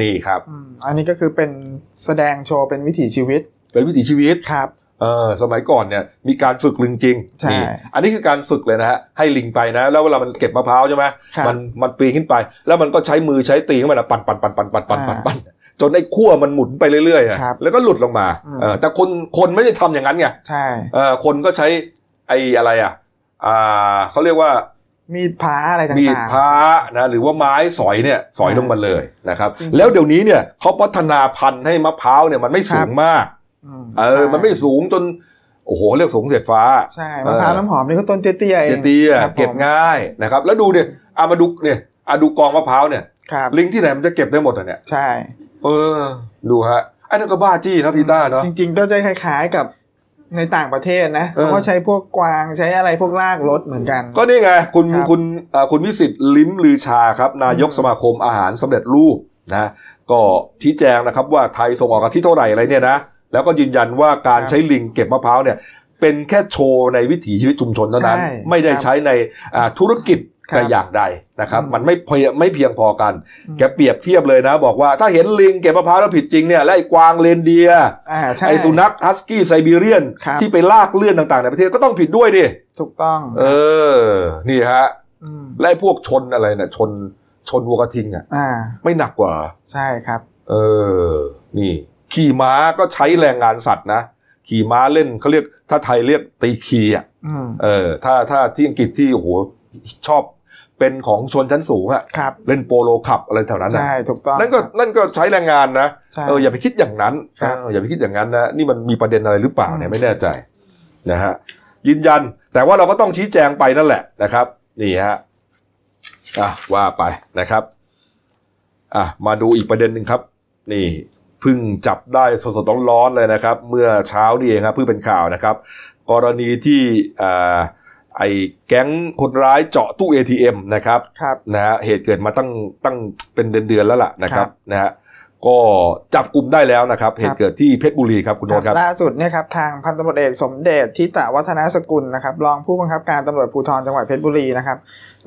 Speaker 1: นี่ครับ
Speaker 10: อืมอันนี้ก็คือเป็นแสดงโชว์เป็นวิถีชีวิต
Speaker 1: เป็นวิถีชีวิต
Speaker 10: ครับ
Speaker 1: เออสมัยก่อนเนี่ยมีการฝึกลิงจริง
Speaker 10: ใช่
Speaker 1: นี่อันนี้คือการฝึกเลยนะฮะให้ลิงไปนะ แล้วเวลามันเก็บมะพร้าวใช่ไหม
Speaker 10: ครับ
Speaker 1: มันมันปีนขึ้นไป แล้วมันก็ใช้มือใช้ตีนของมันอะปั่นปั่นปั่นปั่นปั่นปั่นปั่นปั่นจนไอ้ขั้วมันหมุนไปเรื่อยๆอะ
Speaker 10: ครับ
Speaker 1: แล้วก็หลุดลงมา
Speaker 10: อืม
Speaker 1: เออแต่คนคนไม่ได้ทำอย่างนั้นไง
Speaker 10: ใช่
Speaker 1: เออคนก็ใช้ไอ้อะไรอ่ะอ่าเขาเรียกว่า
Speaker 10: มีดพ้าอะไรต่างๆ
Speaker 1: มีดพระนะหรือว่าไม้สอยเนี่ยสอยลงมาเลยนะครับ
Speaker 10: จริงๆ
Speaker 1: แล้วเดี๋ยวนี้เนี่ยเขาพัฒนาพันธุ์ให้มะพร้าวเนี่ยมันไม่สู
Speaker 10: ครั
Speaker 1: ง
Speaker 10: บ
Speaker 1: มาก
Speaker 10: ม
Speaker 1: เออ มันไม่สูงจน โอ้โห เรียกสูงเสียดฟ้า
Speaker 10: ใช่มะพร้าวน้ำหอมนี่ก็ต้นเตี้ยๆเอง
Speaker 1: เจตีย
Speaker 10: ครับ
Speaker 1: เก็บ
Speaker 10: ผม
Speaker 1: ง่ายนะครับ แล้วดูเนี่ยเอามาดูเนี่ยอาดูกองมะพร้าวเนี่ย
Speaker 10: ครับ
Speaker 1: ลิงที่ไหนมันจะเก็บได้หมดอ่ะเนี่ย
Speaker 10: ใช่
Speaker 1: เออ ดูฮะ ไอ้นั่นก็บ้าจี้นะพีต้าเนาะ
Speaker 10: จริงๆ ก็จะคล้ายๆกับในต่างประเทศนะ
Speaker 1: เออ
Speaker 10: เขาก็ใช้พวกกวางใช้อะไรพวกลากรถเหมือนกัน
Speaker 1: ก็นี่ไง คุณ
Speaker 10: ครับ
Speaker 1: คุณเอ่อคุณวิสิทธิ์ลิ้มลือชาครับ นายก
Speaker 10: อืม
Speaker 1: สมาคมอาหารสำเร็จรูปนะก็ชี้แจงนะครับว่าไทยส่งออกกะทิเท่าไหร่อะไรเนี่ยนะ แล้วก็ยืนยันว่าการใช้ลิงเก็บมะพร้าวเนี่ย เป็นแค่โชว์ในวิถีชีวิตชุมชนเท่านั้น
Speaker 10: ใช่
Speaker 1: ไม่ได้
Speaker 10: ครับ
Speaker 1: ใช้ในอ่าธุรกิจ
Speaker 10: ครับ
Speaker 1: แต่อย่างใดนะครับ
Speaker 10: อืม
Speaker 1: มันไม่เพียงไม่เพียงพอกัน
Speaker 10: อืม
Speaker 1: แกเปรียบเทียบเลยนะ บอกว่าถ้าเห็นลิงเก็บมะพร้าวแล้วผิดจริงเนี่ยและไอ้กวางเรนเดียร์
Speaker 10: อ่าใช่
Speaker 1: ไอ้สุนัขฮัสกี้ไซบีเรียน
Speaker 10: ครับ
Speaker 1: ที่ไปลากเลื่อนต่างๆในประเทศก็ต้องผิดด้วยดิ
Speaker 10: ถูกต้อง
Speaker 1: เออ นี่ฮะ
Speaker 10: ม
Speaker 1: และไอ้พวกชนอะไรเนี่ยชนชนวัวกระทิงอ่ะ
Speaker 10: อ่า
Speaker 1: ไม่หนักกว่า
Speaker 10: ใช่ครับ
Speaker 1: เออ นี่ ขี่ม้าก็ใช้แรงงานสัตว์นะ ขี่ม้าเล่นเขาเรียก ถ้าไทยเรียกตีคีอ่ะ
Speaker 10: อืม
Speaker 1: เออ ถ้าถ้าที่อังกฤษที่โอ้โหชอบเป็นของชนชั้นสูงอะ
Speaker 10: ครับ
Speaker 1: เล่นโปโลขับอะไรแถวนั้นอะ
Speaker 10: ใช่ถูกต้อง
Speaker 1: นั่นก็
Speaker 10: ครับ
Speaker 1: นั่นก็ใช้แรงงานนะ
Speaker 10: ใช่
Speaker 1: เอออย่าไปคิดอย่างนั้น
Speaker 10: ครับ
Speaker 1: เอออย่าไปคิดอย่างนั้นนะนี่มันมีประเด็นอะไรหรือเปล่าเนี่ย
Speaker 10: อืม
Speaker 1: ไม่แน่ใจนะฮะยืนยันแต่ว่าเราก็ต้องชี้แจงไปนั่นแหละนะครับ นี่ฮะอ่ะว่าไปนะครับอ่ะมาดูอีกประเด็นหนึ่งครับ นี่เพิ่งจับได้สดๆร้อนๆเลยนะครับ เมื่อเช้านี่เองครับเพิ่งเป็นข่าวนะครับ กรณีที่อ่าไอ้แก๊งคนร้ายเจาะตู้ ATM นะครับ
Speaker 10: ครับ
Speaker 1: นะฮะเหตุเกิดมาตั้งตั้งเป็นเดือนเดือนๆแล้วล่ะนะครั
Speaker 10: ครับ บ
Speaker 1: นะฮะก็จับกลุ่มได้แล้วนะครับ เห
Speaker 10: ครั
Speaker 1: ตุ
Speaker 10: บ
Speaker 1: เกิดที่เพชรบุรีครับคุณโนตครับ
Speaker 10: ล่าสุดเนี่ยครับทางพันตำรวจเอกสมเดชทิตะวัฒนสกุลนะครับรองผู้บังคับการตำรวจภูธรจังหวัดเพชรบุรีนะครับ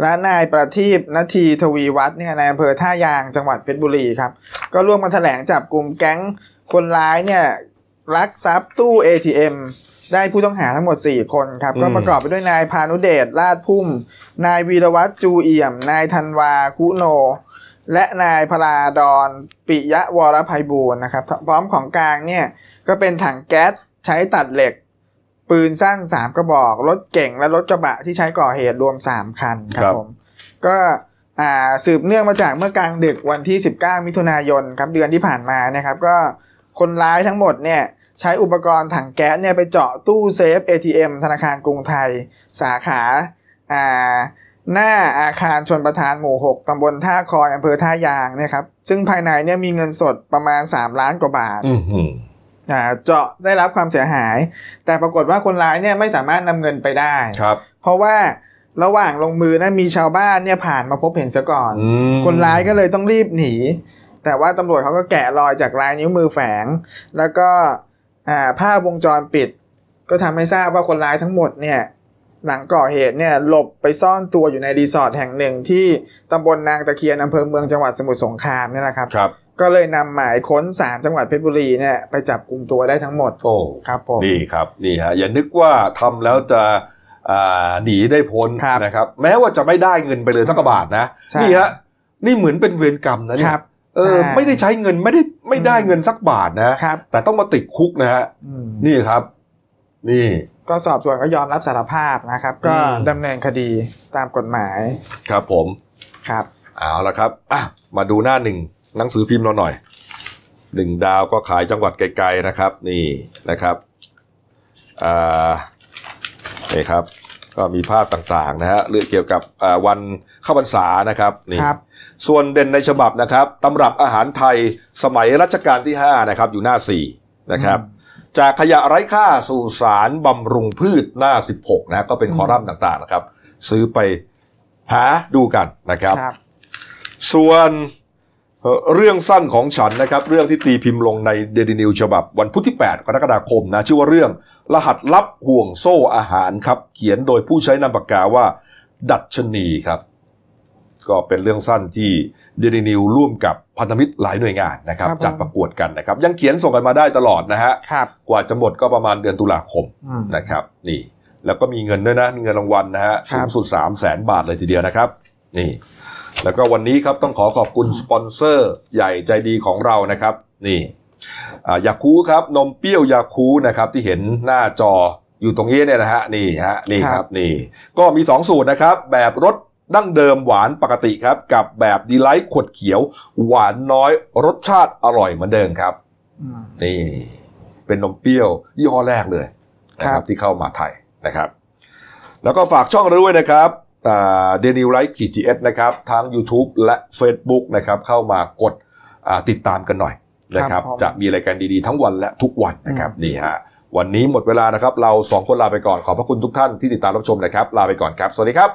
Speaker 10: และนายประทีปนาทีทวีวัฒน์เนี่ยในอำเภอท่ายางจังหวัดเพชรบุรีครับก็ร่วมกันแถลงจับกลุ่มแก๊งคนร้ายเนี่ยลักทรัพย์ตู้ ATM ได้ผู้ต้องหาทั้งหมด 4 คนครับ
Speaker 1: อืม
Speaker 10: ก็ประกอบไปด้วยนายพานุเดชลาดพุ่ม นายวีรวัตรจูเอี่ยม นายธันวาคุโน และนายพราดอนปิยะวรภัยบูรณ์นะครับพร้อมของกลางเนี่ยก็เป็นถังแก๊สใช้ตัดเหล็ก ปืนสั้น 3 กระบอก รถเก่งและรถกระบะที่ใช้ก่อเหตุรวม 3 คันครั
Speaker 1: ครับ บ
Speaker 10: ผมก็อ่าสืบเนื่องมาจากเมื่อกลางดึกวันที่ 19 มิถุนายนครับเดือนที่ผ่านมานะครับก็คนร้ายทั้งหมดเนี่ยใช้อุปกรณ์ถังแก๊สเนี่ยไปเจาะตู้เซฟ ATM ธนาคารกรุงไทยสาขาอ่า หน้าอาคารชนประทานหมู่ 6 ตำบลท่าคอย อำเภอท่ายางเนะครับ ซึ่งภายในเนี่ยมีเงินสดประมาณ 3 ล้านกว่าบาท
Speaker 1: อือหือ
Speaker 10: อ่าเจาะได้รับความเสียหาย แต่ปรากฏว่าคนร้ายเนี่ยไม่สามารถนำเงินไปได้
Speaker 1: ครับ
Speaker 10: เพราะว่าระหว่างลงมือนะมีชาวบ้านเนี่ยผ่านมาพบเห็นซะก่อน
Speaker 1: อืม
Speaker 10: คนร้ายก็เลยต้องรีบหนี แต่ว่าตำรวจเขาก็แกะรอยจากลายนิ้วมือแฝง แล้วก็อ่าภาพวงจรปิด ก็ทำให้ทราบว่าคนร้ายทั้งหมดเนี่ยหลังก่อเหตุเนี่ยหลบไปซ่อนตัวอยู่ในรีสอร์ทแห่งหนึ่งที่ตำบลนางตะเคียนอำเภอเมืองจังหวัดสมุทรสงครามเนี่ยนะครับ
Speaker 1: ครับ
Speaker 10: ก็เลยนำหมายค้นศาลจังหวัดเพชรบุรีเนี่ยไปจับกลุ่มตัวได้ทั้งหมด
Speaker 1: โอ้
Speaker 10: ครับผม
Speaker 1: นี่ครับนี่ฮะอย่านึกว่าทำแล้วจะอ่าหนีได้พ้น
Speaker 10: ครับ
Speaker 1: นะครับ แม้ว่าจะไม่ได้เงินไปเลยสักกว่าบาทนะ
Speaker 10: ใช่
Speaker 1: นี่ฮะนี่เหมือนเป็นเวรกรรมนะเนี่
Speaker 10: ค
Speaker 1: ย
Speaker 10: รับ
Speaker 1: เออ
Speaker 10: ใช่
Speaker 1: ไม่ได้ใช้เงินไม่ได้ไม่ได้เงินสักบาทนะ
Speaker 10: ครับ
Speaker 1: แต่ต้องมาติดคุกนะฮะ
Speaker 10: อืม
Speaker 1: นี่ครับ นี่
Speaker 10: ก็สอบสวนก็ยอมรับสารภาพนะครับ ก็
Speaker 1: อืม
Speaker 10: ดำเนินคดีตามกฎหมาย
Speaker 1: ครับผม
Speaker 10: ครับ
Speaker 1: เอาละครับอ่ะมาดูหน้าหนึ่งหนังสือพิมพ์เราหน่อยหนึ่งดาวก็ขายจังหวัดไกลๆนะครับ นี่นะครับอ่านี่ครับ ก็มีภาพต่างๆนะฮะเรื่องเกี่ยวกับอ่าวันเข้าพรรษานะครับนี่
Speaker 10: ครับ
Speaker 1: ส่วนเด่นในฉบับนะครับตำรับอาหารไทยสมัยรัชกาลที่ 5 นะครับ อยู่หน้า 4 นะครับ จากขยะไร้ค่าสู่สารบำรุงพืชหน้า 16 นะก็เป็นคอลัมน์ต่างๆนะครับ ซื้อไปหาดูกันนะครับ
Speaker 10: ครับ
Speaker 1: ส่วนเอ่อเรื่องสั้นของฉันนะครับ เรื่องที่ตีพิมพ์ลงในเดลินิวฉบับวันพุธที่ 8 กรกฎาคมนะ ชื่อว่าเรื่องรหัสลับห่วงโซ่อาหารครับ เขียนโดยผู้ใช้นามปากกาว่า ดัชนีครับ ก็เป็นเรื่องสั้นที่เดลินิวร่วมกับพันธมิตรหลายหน่วยงานนะครับ
Speaker 10: ครับผม
Speaker 1: จัดประกวดกันนะครับ ยังเขียนส่งกันมาได้ตลอดนะฮะ
Speaker 10: ครับ
Speaker 1: กว่าจะหมดก็ประมาณเดือนตุลาคม
Speaker 10: อืม
Speaker 1: นะครับนี่แล้วก็มีเงินด้วยนะมีเงินรางวัลนะฮะ
Speaker 10: ค
Speaker 1: สู
Speaker 10: รับ
Speaker 1: งสุด 3 0 0แสนบาทเลยทีเดียวนะครับนี่แล้วก็วันนี้ครับต้องขอขอบคุณสปอนเซอร์ใหญ่ใจดีของเรานะครับนี่อ่ายาคูครับนมเปรี้ยวยาคูนะครับที่เห็นหน้าจออยู่ตรงนี้เนี่ยนะฮะนี่ฮะนี่ครับนี่ก็มี 2 สูตรนะครับ แบบรสดั้งเดิมหวานปกติครับ กับแบบดีไลท์ขวดเขียว หวานน้อยรสชาติอร่อยเหมือนเดิมครับ
Speaker 10: อืม
Speaker 1: นี่เป็นนมเปรี้ยวยี่ห้อแรกเลยนะค
Speaker 10: ครั
Speaker 1: รับบ ที่เข้ามาไทยนะครับ แล้วก็ฝากช่องเราด้วยนะครับเดนิวไลท์ขีจีเอสนะครับทั้ง YouTube และ Facebook นะครับเข้ามากดอ่าติดตามกันหน่อยนะค
Speaker 10: ครั
Speaker 1: รั
Speaker 10: บบ ผม
Speaker 1: จะมีรายการดีๆทั้งวันและทุกวันนะครับ
Speaker 10: อืม
Speaker 1: นี่ฮะวันนี้หมดเวลานะครับ เราสองคนลาไปก่อนขอบพระคุณทุกท่านที่ติดตามรับชมนะครับ ลาไปก่อนครับ สวัสดีครับ